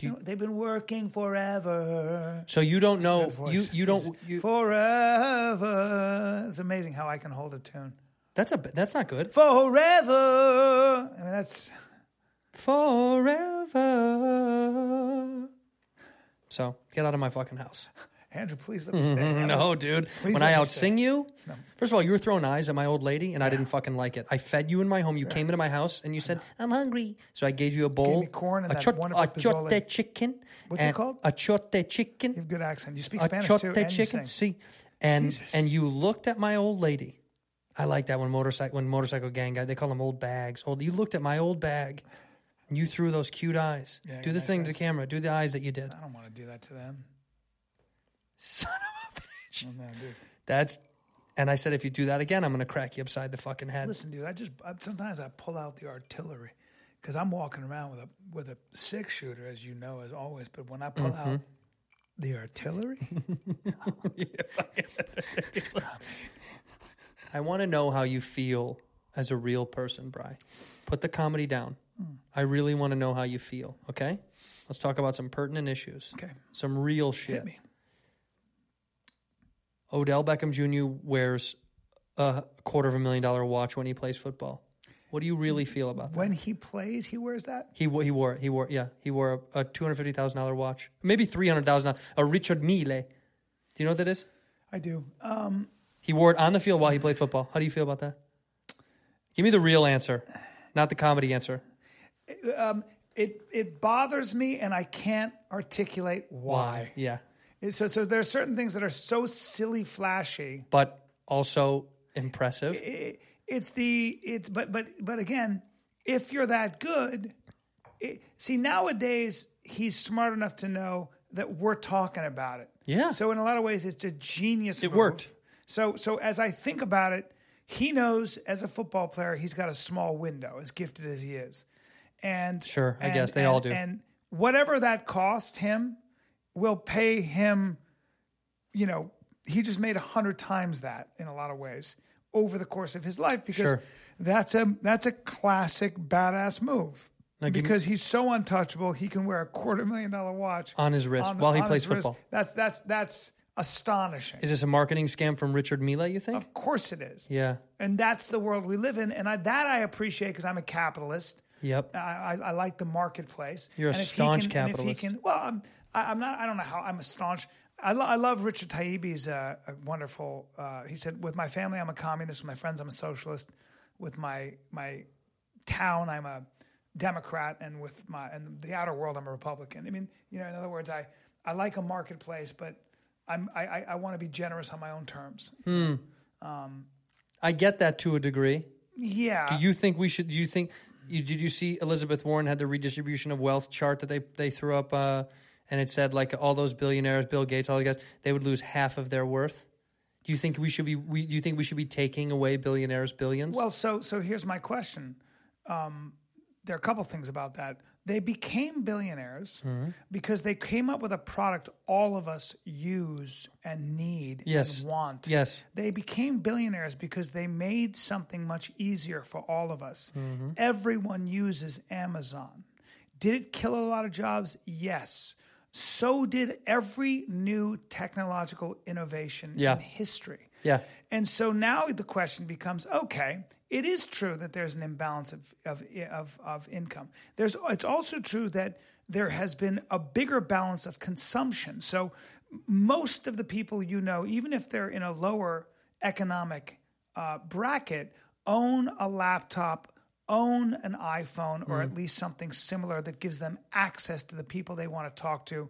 [SPEAKER 8] they've been working forever.
[SPEAKER 1] So you don't know. Oh, You you don't.
[SPEAKER 8] Jesus.
[SPEAKER 1] You,
[SPEAKER 8] forever. It's amazing how I can hold a tune.
[SPEAKER 1] that's a that's not good.
[SPEAKER 8] Forever. I mean, that's
[SPEAKER 1] Forever. So get out of my fucking
[SPEAKER 8] (laughs)
[SPEAKER 1] house.
[SPEAKER 8] Andrew. Please let me stay.
[SPEAKER 1] (laughs)
[SPEAKER 8] That
[SPEAKER 1] No,
[SPEAKER 8] was-
[SPEAKER 1] dude.
[SPEAKER 8] Please
[SPEAKER 1] when I
[SPEAKER 8] let me
[SPEAKER 1] outsing you, first of all, you were throwing eyes at my old lady, and I didn't fucking like it. I fed you in my home. You came into my house, and you said, "I'm hungry," so I gave you a bowl,
[SPEAKER 8] me corn and
[SPEAKER 1] a
[SPEAKER 8] that
[SPEAKER 1] chot-
[SPEAKER 8] wonderful
[SPEAKER 1] a
[SPEAKER 8] pozole.
[SPEAKER 1] chote chicken.
[SPEAKER 8] What's it
[SPEAKER 1] and-
[SPEAKER 8] called?
[SPEAKER 1] A chote
[SPEAKER 8] You
[SPEAKER 1] chicken.
[SPEAKER 8] have good accent. You speak
[SPEAKER 1] A
[SPEAKER 8] Spanish too.
[SPEAKER 1] chote
[SPEAKER 8] and you
[SPEAKER 1] chicken.
[SPEAKER 8] sing.
[SPEAKER 1] See, and and you looked at my old lady. I like that when motorcycle when motorcycle gang guy they call them old bags. Old, you looked at my old bag. and You threw those cute eyes.
[SPEAKER 8] Yeah, I
[SPEAKER 1] do the
[SPEAKER 8] got nice
[SPEAKER 1] thing to the
[SPEAKER 8] eyes.
[SPEAKER 1] camera. Do the (laughs) eyes that you did.
[SPEAKER 8] I don't want to do that to them.
[SPEAKER 1] Son of a bitch.
[SPEAKER 8] Mm-hmm. No, dude.
[SPEAKER 1] That's and I said, if you do that again, I'm gonna crack you upside the fucking head.
[SPEAKER 8] Listen, dude, I just I, sometimes I pull out the artillery because I'm walking around with a with a six shooter, as you know, as always. But when I pull out
[SPEAKER 1] Mm-hmm.
[SPEAKER 8] the artillery,
[SPEAKER 1] I want to know how you feel as a real person, Bry. Put the comedy down.
[SPEAKER 8] Hmm.
[SPEAKER 1] I really want to know how you feel. Okay, let's talk about some pertinent issues.
[SPEAKER 8] Okay.
[SPEAKER 1] some real shit.
[SPEAKER 8] me.
[SPEAKER 1] Odell Beckham Jr. wears a quarter of a million dollar watch when he plays football. What do you really feel about that?
[SPEAKER 8] when he plays, he wears that.
[SPEAKER 1] He wo- he wore he wore yeah he wore a, a two hundred fifty thousand dollar watch, maybe three hundred thousand a Richard Mille. Do you know what that is?
[SPEAKER 8] I do. Um,
[SPEAKER 1] He wore it on the field while he played football. How do you feel about that? Give me the real answer, not the comedy answer.
[SPEAKER 8] it it bothers me, and I can't articulate why.
[SPEAKER 1] Yeah,
[SPEAKER 8] It- So, so there are certain things that are so silly, flashy.
[SPEAKER 1] but also impressive.
[SPEAKER 8] It, it's the it's but but but again, if you're that good, it, see nowadays he's smart enough to know that we're talking about it.
[SPEAKER 1] Yeah.
[SPEAKER 8] So in a lot of ways, it's a genius. It
[SPEAKER 1] worked.
[SPEAKER 8] So so as I think about it, he knows as a football player he's got a small window, as gifted as he is, and
[SPEAKER 1] Sure, I
[SPEAKER 8] and-
[SPEAKER 1] guess they
[SPEAKER 8] and-
[SPEAKER 1] all do.
[SPEAKER 8] And whatever that cost him, will pay him you know, he just made a hundred times that in a lot of ways over the course of his life because
[SPEAKER 1] Sure.
[SPEAKER 8] that's a that's a classic badass move.
[SPEAKER 1] give me-
[SPEAKER 8] because he's so untouchable, he can wear a quarter million dollar watch
[SPEAKER 1] On his wrist while he plays
[SPEAKER 8] his wrist.
[SPEAKER 1] football.
[SPEAKER 8] That's that's that's astonishing.
[SPEAKER 1] Is this a marketing scam from Richard Mille? You think?
[SPEAKER 8] of course it is.
[SPEAKER 1] Yeah.
[SPEAKER 8] And that's the world we live in, and I, that I appreciate because I'm a capitalist.
[SPEAKER 1] Yep.
[SPEAKER 8] I, I, I like the marketplace.
[SPEAKER 1] You're a
[SPEAKER 8] And if he
[SPEAKER 1] staunch
[SPEAKER 8] can- and if he
[SPEAKER 1] capitalist.
[SPEAKER 8] can- well, I'm, I, I'm not. I don't know how. I'm a staunch. I, lo- I love Richard Taibbi's uh, a wonderful. Uh, he said, "With my family, I'm a communist. With my friends, I'm a socialist. With my my town, I'm a Democrat, and with my and the outer world, I'm a Republican." I mean, you know, in other words, I I like a marketplace, but I'm I I, I want to be generous on my own terms.
[SPEAKER 1] I get that to a degree.
[SPEAKER 8] Yeah.
[SPEAKER 1] Do you think we should? Do you think? You, did you see Elizabeth Warren had the redistribution of wealth chart that they they threw up, uh, and it said like all those billionaires, Bill Gates, all the guys, they would lose half of their worth. Do you think we should be? We, do you think we should be taking away billionaires' billions?
[SPEAKER 8] Well, so so here's my question. Um, there are a couple things about that. They became billionaires
[SPEAKER 1] Mm-hmm.
[SPEAKER 8] because they came up with a product all of us use and need
[SPEAKER 1] Yes.
[SPEAKER 8] and want.
[SPEAKER 1] Yes.
[SPEAKER 8] They became billionaires because they made something much easier for all of us.
[SPEAKER 1] Mm-hmm.
[SPEAKER 8] Everyone uses Amazon. Did it kill a lot of jobs? Yes. So did every new technological innovation
[SPEAKER 1] Yeah.
[SPEAKER 8] in history.
[SPEAKER 1] yeah,
[SPEAKER 8] And so now the question becomes: Okay, it is true that there's an imbalance of of of, of income. There's it's also true that there has been a bigger balance of consumption. So most of the people you know, even if they're in a lower economic uh, bracket, own a laptop. Own an iPhone or at least something similar that gives them access to the people they want to talk to,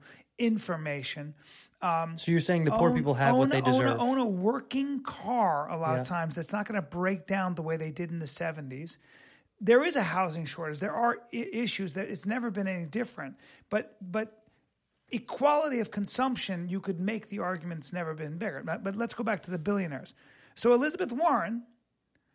[SPEAKER 8] information,
[SPEAKER 1] so you're saying the poor
[SPEAKER 8] own-
[SPEAKER 1] people have what
[SPEAKER 8] own-
[SPEAKER 1] they
[SPEAKER 8] own a-
[SPEAKER 1] deserve?
[SPEAKER 8] Own, a working car a lot
[SPEAKER 1] Yeah.
[SPEAKER 8] of times that's not going to break down the way they did in the 70s. There is a housing shortage. There are I- issues that it's never been any different. But but equality of consumption, you could make the argument's never been bigger. But, but let's go back to the billionaires. So Elizabeth Warren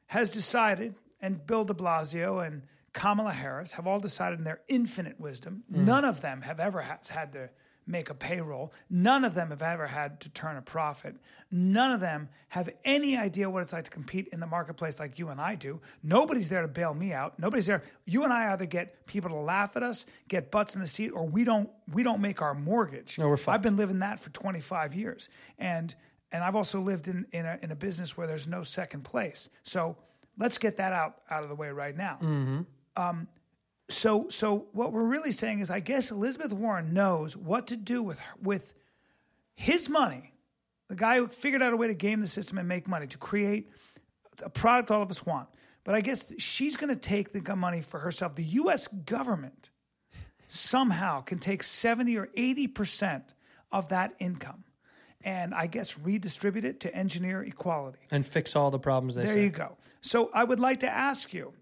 [SPEAKER 8] has decided, and Bill de Blasio and Kamala Harris have all decided in their infinite wisdom.
[SPEAKER 1] Mm.
[SPEAKER 8] None of them have ever ha- had to make a payroll. None of them have ever had to turn a profit. None of them have any idea what it's like to compete in the marketplace like you and I do. Nobody's there to bail me out. Nobody's there. You and I either get people to laugh at us, get butts in the seat, or we don't we don't make our mortgage. No,
[SPEAKER 1] we're fucked.
[SPEAKER 8] I've been living that for 25 years. And and I've also lived in in a, in a business where there's no second place. So let's get that out out of the way right now. Um, so so what we're really saying is, I guess Elizabeth Warren knows what to do with her- with his money. The guy who figured out a way to game the system and make money to create a product all of us want. But I guess she's going to take the money for herself. The U.S. government somehow can take 70 or 80% of that income and I guess redistribute it to engineer equality.
[SPEAKER 1] and fix all the problems they
[SPEAKER 8] There
[SPEAKER 1] say.
[SPEAKER 8] you go. So I would like to ask you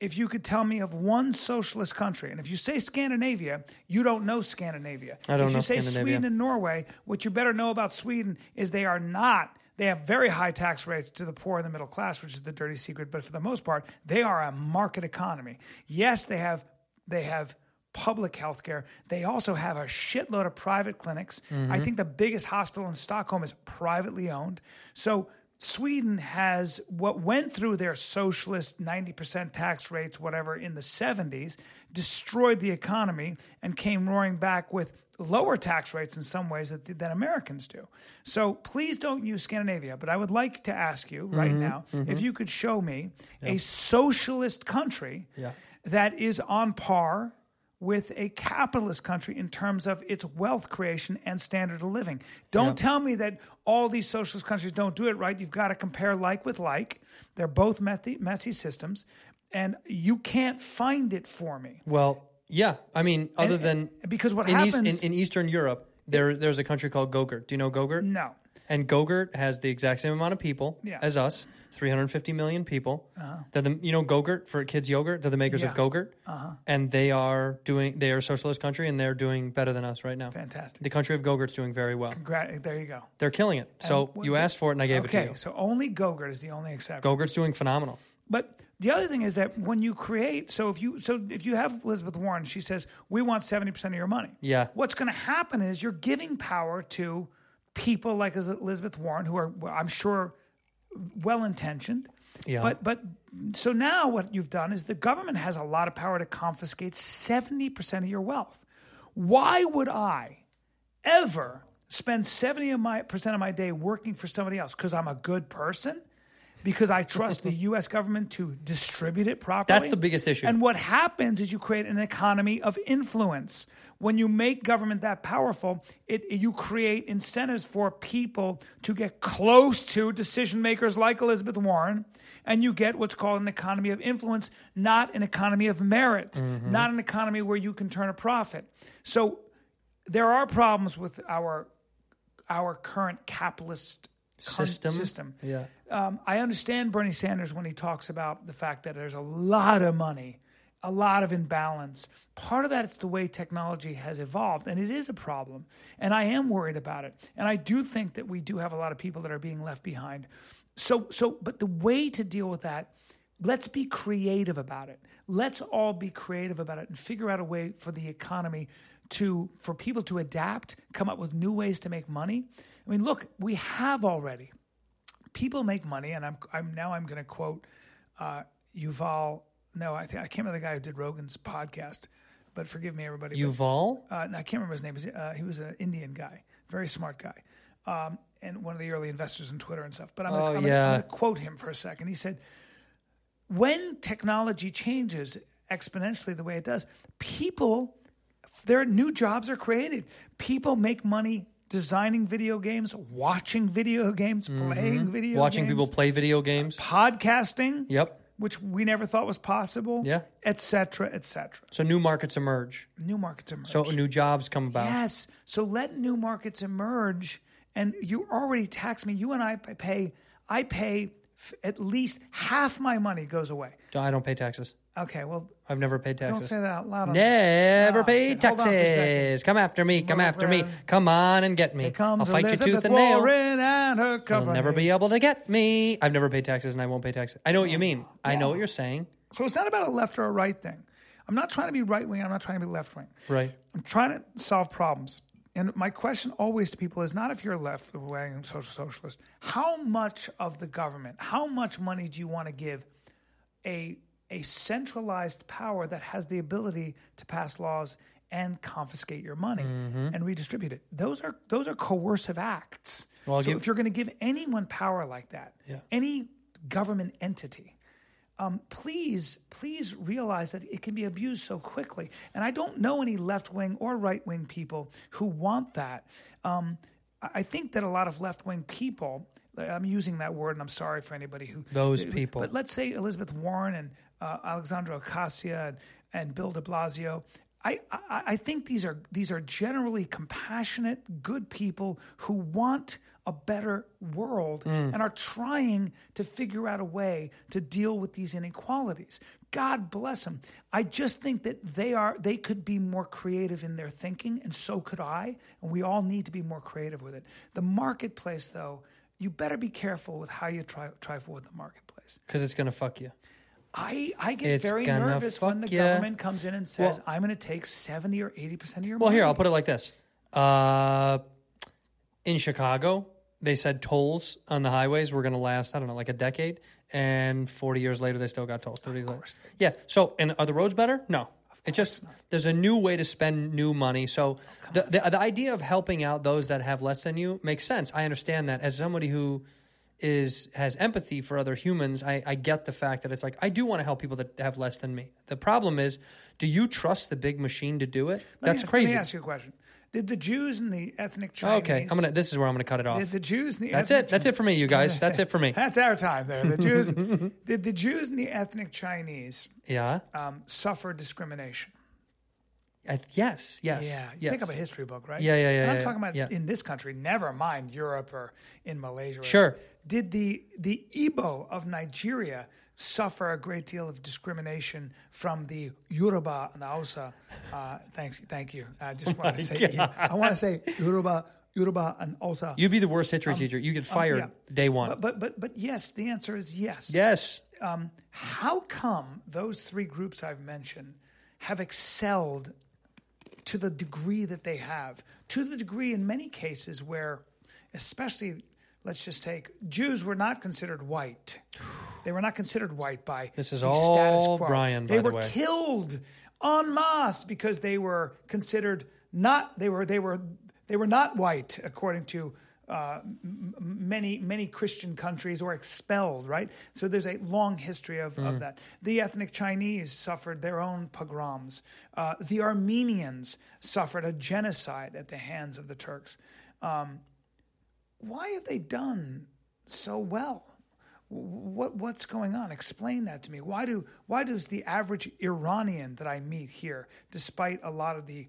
[SPEAKER 8] if you could tell me of one socialist country. And if you say Scandinavia, you don't know Scandinavia.
[SPEAKER 1] I don't
[SPEAKER 8] if
[SPEAKER 1] know
[SPEAKER 8] you say
[SPEAKER 1] Scandinavia.
[SPEAKER 8] Sweden and Norway, what you better know about Sweden is they are not They have very high tax rates to the poor and the middle class, which is the dirty secret. But for the most part, they are a market economy. Yes, they have they have public health care. They also have a shitload of private clinics.
[SPEAKER 1] Mm-hmm.
[SPEAKER 8] I think the biggest hospital in Stockholm is privately owned. So Sweden has what went through their socialist 90% tax rates, whatever, in the 70s, destroyed the economy and came roaring back with lower tax rates in some ways that, that Americans do. So please don't use Scandinavia, but I would like to ask you right now if you could show me a socialist country that is on par with a capitalist country in terms of its wealth creation and standard of living. Don't tell me that all these socialist countries don't do it right. You've got to compare like with like. They're both messy, messy systems, and you can't find it for me.
[SPEAKER 1] Well, yeah. I mean, other than
[SPEAKER 8] because what
[SPEAKER 1] in, East-
[SPEAKER 8] happens-
[SPEAKER 1] in, in Eastern Europe, there there's a country called Gogurt. Do you know Gogurt?
[SPEAKER 8] No.
[SPEAKER 1] And Gogurt has the exact same amount of people
[SPEAKER 8] Yeah. Uh-huh.
[SPEAKER 1] as us, 350 million people. They're the, you know Gogurt for kids yogurt. They're the makers
[SPEAKER 8] Yeah. Uh-huh.
[SPEAKER 1] of Gogurt, and they are doing they are a socialist country and they're doing better than us right now.
[SPEAKER 8] Fantastic.
[SPEAKER 1] The country of Gogurt's doing very well.
[SPEAKER 8] Gra- there you go.
[SPEAKER 1] They're killing it. So
[SPEAKER 8] what-
[SPEAKER 1] you asked for it and I gave it
[SPEAKER 8] Okay,
[SPEAKER 1] to you.
[SPEAKER 8] so only Gogurt is the only exception.
[SPEAKER 1] Gogurt's doing phenomenal.
[SPEAKER 8] But the other thing is that when you create, so if you so if you have Elizabeth Warren, she says we want seventy percent of your money.
[SPEAKER 1] Yeah.
[SPEAKER 8] What's going to happen is you're giving power to people like Elizabeth Warren, who are well, I'm sure well intentioned.
[SPEAKER 1] Yeah.
[SPEAKER 8] But but so now what you've done is the government has a lot of power to confiscate seventy percent of your wealth. Why would I ever spend seventy of my percent of my day working for somebody else? Because I'm a good person because I
[SPEAKER 1] (laughs)
[SPEAKER 8] trust the U.S. government to distribute it properly.
[SPEAKER 1] That's the biggest issue.
[SPEAKER 8] And what happens is you create an economy of influence. When you make government that powerful, it you create incentives for people to get close to decision makers like Elizabeth Warren, and you get what's called an economy of influence, not an economy of merit,
[SPEAKER 1] Mm-hmm.
[SPEAKER 8] not an economy where you can turn a profit. So there are problems with our our current capitalist con-
[SPEAKER 1] System.
[SPEAKER 8] system.
[SPEAKER 1] Yeah.
[SPEAKER 8] Um, I understand Bernie Sanders when he talks about the fact that there's a lot of money, a lot of imbalance. Part of that is the way technology has evolved, and it is a problem. And I am worried about it. And I do think that we do have a lot of people that are being left behind. So, so, but the way to deal with that, let's be creative about it. Let's all be creative about it and figure out a way for the economy to for people to adapt, come up with new ways to make money. I mean, look, we have already people make money, and I'm I'm now I'm going to quote uh, Yuval. No, I think I can't remember the guy who did Rogan's podcast, but forgive me, everybody. but-
[SPEAKER 1] Yuval?
[SPEAKER 8] uh, no, I can't remember his name. He was, uh, he was an Indian guy, very smart guy, um, and one of the early investors in Twitter and stuff. But I'm
[SPEAKER 1] Oh,
[SPEAKER 8] going
[SPEAKER 1] yeah.
[SPEAKER 8] to quote him for a second. He said, "When technology changes exponentially the way it does, people, their new jobs are created. People make money." Designing video games, watching video games, playing video
[SPEAKER 1] Mm-hmm. Watching
[SPEAKER 8] games,
[SPEAKER 1] people play video games.
[SPEAKER 8] podcasting,
[SPEAKER 1] Yep.
[SPEAKER 8] which we never thought was possible,
[SPEAKER 1] Yeah.
[SPEAKER 8] et cetera, et cetera.
[SPEAKER 1] So new markets emerge.
[SPEAKER 8] New markets emerge.
[SPEAKER 1] So new jobs come about.
[SPEAKER 8] Yes. So let new markets emerge. And you already tax me. You and I pay, I pay f- at least half my money goes away.
[SPEAKER 1] I don't pay taxes.
[SPEAKER 8] Okay. Well,
[SPEAKER 1] I've never paid taxes.
[SPEAKER 8] don't say that out loud. on-
[SPEAKER 1] Never
[SPEAKER 8] Ah,
[SPEAKER 1] pay
[SPEAKER 8] shit. Hold on for a
[SPEAKER 1] taxes. Come after me. Come
[SPEAKER 8] Move
[SPEAKER 1] after me.
[SPEAKER 8] around.
[SPEAKER 1] Come on and get me.
[SPEAKER 8] Here comes
[SPEAKER 1] I'll fight
[SPEAKER 8] Elizabeth
[SPEAKER 1] you tooth and nail.
[SPEAKER 8] Warren and her company.
[SPEAKER 1] You'll never be able to get me. I've never paid taxes and I won't pay taxes. I know what you
[SPEAKER 8] Oh,
[SPEAKER 1] mean. I know what you're saying.
[SPEAKER 8] So it's not about a left or a right thing. I'm not trying to be right wing. I'm not trying to be left wing.
[SPEAKER 1] Right.
[SPEAKER 8] I'm trying to solve problems. And my question always to people is not if you're left wing social socialist, how much of the government, how much money do you want to give a a centralized power that has the ability to pass laws and confiscate your money
[SPEAKER 1] Mm-hmm.
[SPEAKER 8] and redistribute it? Those are those are coercive acts.
[SPEAKER 1] Well, I'll
[SPEAKER 8] so
[SPEAKER 1] give-
[SPEAKER 8] if you're going to give anyone power like that, any government entity, um, please, please realize that it can be abused so quickly. And I don't know any left wing or right wing people who want that. Um, I I think that a lot of left wing people, I'm using that word and I'm sorry for anybody who.
[SPEAKER 1] Those people.
[SPEAKER 8] But let's say Elizabeth Warren and uh, Alexandra Ocasio and, and Bill de Blasio. I, I, I think these are these are generally compassionate, good people who want a better world and are trying to figure out a way to deal with these inequalities. God bless them. I just think that they are they could be more creative in their thinking, and so could I. And we all need to be more creative with it. The marketplace, though, you better be careful with how you tri- trifle with the marketplace.
[SPEAKER 1] because it's gonna fuck you.
[SPEAKER 8] I, I get
[SPEAKER 1] It's
[SPEAKER 8] very
[SPEAKER 1] gonna
[SPEAKER 8] nervous when the
[SPEAKER 1] fuck ya.
[SPEAKER 8] government comes in and says,
[SPEAKER 1] Well-
[SPEAKER 8] I'm going to take 70 or 80% of your
[SPEAKER 1] Well,
[SPEAKER 8] money.
[SPEAKER 1] here I'll put it like this: uh, in Chicago, they said tolls on the highways were gonna last I don't know like a decade, and forty years later they still got tolls. Thirty years later, yeah. So, and are the roads better? No. It just there's a new way to spend new money.
[SPEAKER 8] Oh,
[SPEAKER 1] So the, the the idea of helping out those that have less than you makes sense. I understand that as somebody who is has empathy for other humans. I, I get the fact that it's like I do want to help people that have less than me. The problem is, do you trust the big machine to do it?
[SPEAKER 8] Let me
[SPEAKER 1] That's
[SPEAKER 8] ask-
[SPEAKER 1] crazy.
[SPEAKER 8] Let me ask you a question. Did the Jews and the ethnic Chinese.
[SPEAKER 1] okay, I'm gonna. This is where I'm gonna cut it off.
[SPEAKER 8] Did the Jews and the
[SPEAKER 1] That's
[SPEAKER 8] ethnic
[SPEAKER 1] it. That's it for me, you guys. That's it for me.
[SPEAKER 8] (laughs) That's our time there. The
[SPEAKER 1] (laughs)
[SPEAKER 8] Jews. did the Jews and the ethnic Chinese
[SPEAKER 1] Yeah.
[SPEAKER 8] um, suffer discrimination?
[SPEAKER 1] I, yes. Yes.
[SPEAKER 8] Yeah, you
[SPEAKER 1] yes.
[SPEAKER 8] pick up a history book, right?
[SPEAKER 1] Yeah, yeah, yeah,
[SPEAKER 8] And I'm
[SPEAKER 1] yeah,
[SPEAKER 8] talking about
[SPEAKER 1] yeah.
[SPEAKER 8] in this country. Never mind Europe or in Malaysia. or-
[SPEAKER 1] Sure.
[SPEAKER 8] Did the the Igbo of Nigeria suffer a great deal of discrimination from the Yoruba and the Hausa? Uh, thanks, thank you. I just want
[SPEAKER 1] (laughs)
[SPEAKER 8] to say, I want to say Yoruba, Yoruba and Hausa.
[SPEAKER 1] You'd be the worst history teacher. You get
[SPEAKER 8] Um,
[SPEAKER 1] fired
[SPEAKER 8] yeah.
[SPEAKER 1] day one.
[SPEAKER 8] But, but but but yes, the answer is yes.
[SPEAKER 1] yes.
[SPEAKER 8] How come those three groups I've mentioned have excelled to the degree that they have? To the degree, in many cases, where, especially, let's just take Jews were not considered white. They were not considered white by
[SPEAKER 1] This is
[SPEAKER 8] the status
[SPEAKER 1] all
[SPEAKER 8] quo.
[SPEAKER 1] Brian,
[SPEAKER 8] They
[SPEAKER 1] by the
[SPEAKER 8] were
[SPEAKER 1] way.
[SPEAKER 8] killed en masse because they were considered not. They were. They were. They were not white, according to many many Christian countries or expelled, right? So there's a long history of, of that. The ethnic Chinese suffered their own pogroms. Uh, the Armenians suffered a genocide at the hands of the Turks. Um, why have they done so well? What what's going on? Explain that to me. Why do why does the average Iranian that I meet here, despite a lot of the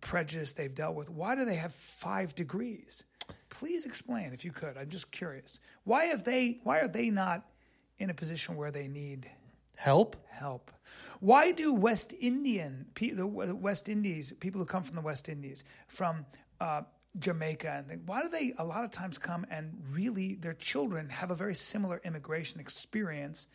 [SPEAKER 8] prejudice they've dealt with, why do they have five degrees? Please explain if you could. I'm just curious. Why have they why are they not in a position where they need
[SPEAKER 1] Help.
[SPEAKER 8] help? Why do West Indian pe- the W- West Indies people who come from the West Indies from uh, Jamaica and things, why do they a lot of times come and really their children have a very similar immigration experience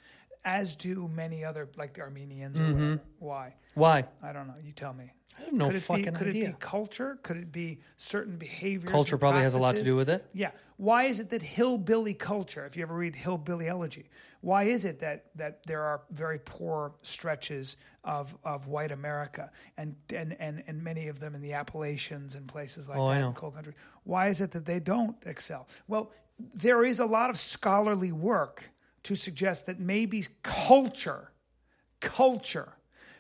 [SPEAKER 8] as do many other like the Armenians or whatever. Why?
[SPEAKER 1] Why?
[SPEAKER 8] I don't know. You tell me. I
[SPEAKER 1] have no fucking
[SPEAKER 8] be, could
[SPEAKER 1] idea.
[SPEAKER 8] it be culture? Could it be certain behaviors? and
[SPEAKER 1] Culture probably has a lot to do with it.
[SPEAKER 8] practices? Yeah. Why is it that hillbilly culture? If you ever read hillbilly elegy, why is it that that there are very poor stretches of, of white America and, and and and many of them in the Appalachians and places like
[SPEAKER 1] Oh, I
[SPEAKER 8] that,
[SPEAKER 1] know.
[SPEAKER 8] in coal country? Why is it that they don't excel? Well, there is a lot of scholarly work to suggest that maybe culture culture,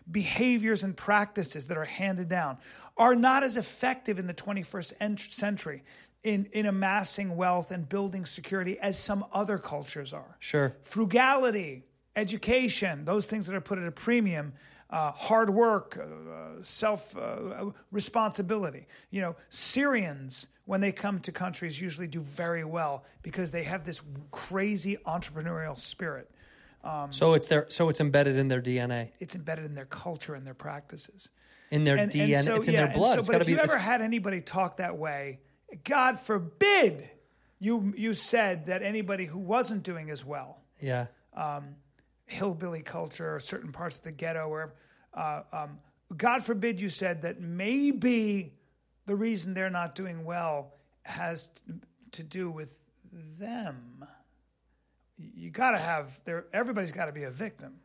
[SPEAKER 8] behaviors, and practices that are handed down are not as effective in the 21st en- century in, in amassing wealth and building security as some other cultures are.
[SPEAKER 1] Sure.
[SPEAKER 8] Frugality, education, those things that are put at a premium. Uh, hard work, uh, self uh, responsibility. You know, Syrians, when they come to countries, usually do very well because they have this crazy entrepreneurial spirit.
[SPEAKER 1] So it's their. So it's embedded in their DNA.
[SPEAKER 8] It's embedded in their culture and their practices.
[SPEAKER 1] In their
[SPEAKER 8] and,
[SPEAKER 1] DNA.
[SPEAKER 8] and so,
[SPEAKER 1] it's in
[SPEAKER 8] yeah,
[SPEAKER 1] their
[SPEAKER 8] and
[SPEAKER 1] blood.
[SPEAKER 8] So,
[SPEAKER 1] it's
[SPEAKER 8] but
[SPEAKER 1] gotta
[SPEAKER 8] if you
[SPEAKER 1] be. it's-
[SPEAKER 8] ever had anybody talk that way, God forbid you you said that anybody who wasn't doing as well,
[SPEAKER 1] yeah.
[SPEAKER 8] hillbilly culture or certain parts of the ghetto, or uh, um, God forbid you said that maybe the reason they're not doing well has t- to do with them. You got to have there. Everybody's got to be a victim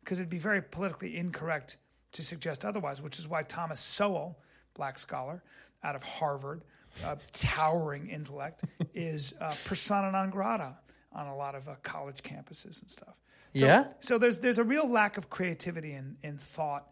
[SPEAKER 8] because it'd be very politically incorrect to suggest otherwise, which is why Thomas Sowell, black scholar out of Harvard, uh, towering intellect, is uh, persona non grata on a lot of uh, college campuses and stuff. So,
[SPEAKER 1] Yeah?
[SPEAKER 8] So there's there's a real lack of creativity in, in thought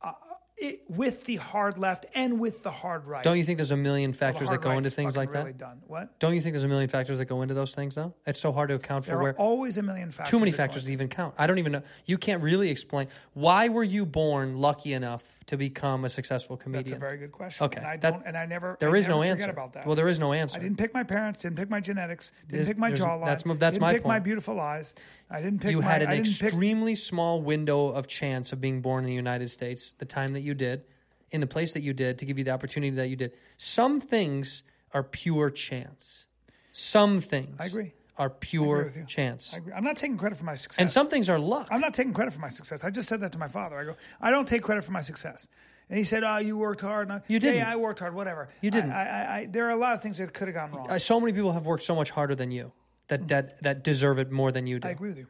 [SPEAKER 8] uh, it, with the hard left and with the hard right.
[SPEAKER 1] Don't you think there's a million
[SPEAKER 8] The
[SPEAKER 1] factors that
[SPEAKER 8] hard
[SPEAKER 1] go into
[SPEAKER 8] right's
[SPEAKER 1] things
[SPEAKER 8] fucking
[SPEAKER 1] like
[SPEAKER 8] really
[SPEAKER 1] that?
[SPEAKER 8] Done. What?
[SPEAKER 1] Don't you think there's a million factors that go into those things though? It's so hard to account for
[SPEAKER 8] There
[SPEAKER 1] where
[SPEAKER 8] are always a million factors.
[SPEAKER 1] too many
[SPEAKER 8] that go
[SPEAKER 1] factors
[SPEAKER 8] into
[SPEAKER 1] to even count. I don't even know. You can't really explain why were you born lucky enough to become a successful comedian?
[SPEAKER 8] That's a very good question.
[SPEAKER 1] Okay,
[SPEAKER 8] and I
[SPEAKER 1] that-
[SPEAKER 8] don't, and I never.
[SPEAKER 1] There
[SPEAKER 8] I
[SPEAKER 1] is
[SPEAKER 8] never
[SPEAKER 1] no
[SPEAKER 8] forget
[SPEAKER 1] answer.
[SPEAKER 8] about that.
[SPEAKER 1] Well, there is no answer.
[SPEAKER 8] I didn't pick my parents. Didn't pick my genetics. Didn't
[SPEAKER 1] There's-
[SPEAKER 8] pick my
[SPEAKER 1] there's-
[SPEAKER 8] jawline.
[SPEAKER 1] that's my- that's
[SPEAKER 8] didn't
[SPEAKER 1] my
[SPEAKER 8] pick my
[SPEAKER 1] point.
[SPEAKER 8] beautiful eyes. I didn't pick.
[SPEAKER 1] you
[SPEAKER 8] my,
[SPEAKER 1] had an
[SPEAKER 8] I didn't pick-
[SPEAKER 1] extremely small window of chance of being born in the United States, the time that you did, in the place that you did, to give you the opportunity that you did. Some things are pure chance. Some things
[SPEAKER 8] I agree.
[SPEAKER 1] are
[SPEAKER 8] I agree
[SPEAKER 1] pure
[SPEAKER 8] with you.
[SPEAKER 1] chance.
[SPEAKER 8] I agree. I'm not taking credit for my success.
[SPEAKER 1] And some things are luck.
[SPEAKER 8] I'm not taking credit for my success. I just said that to my father. I go, I don't take credit for my success. And he said, Oh, you worked hard. And I,
[SPEAKER 1] You didn't.
[SPEAKER 8] Yeah, I worked hard. Whatever.
[SPEAKER 1] You didn't.
[SPEAKER 8] I, I, I, there are a lot of things that could have gone wrong.
[SPEAKER 1] Uh, so many people have worked so much harder than you that that, that deserve it more than you do.
[SPEAKER 8] I agree with you.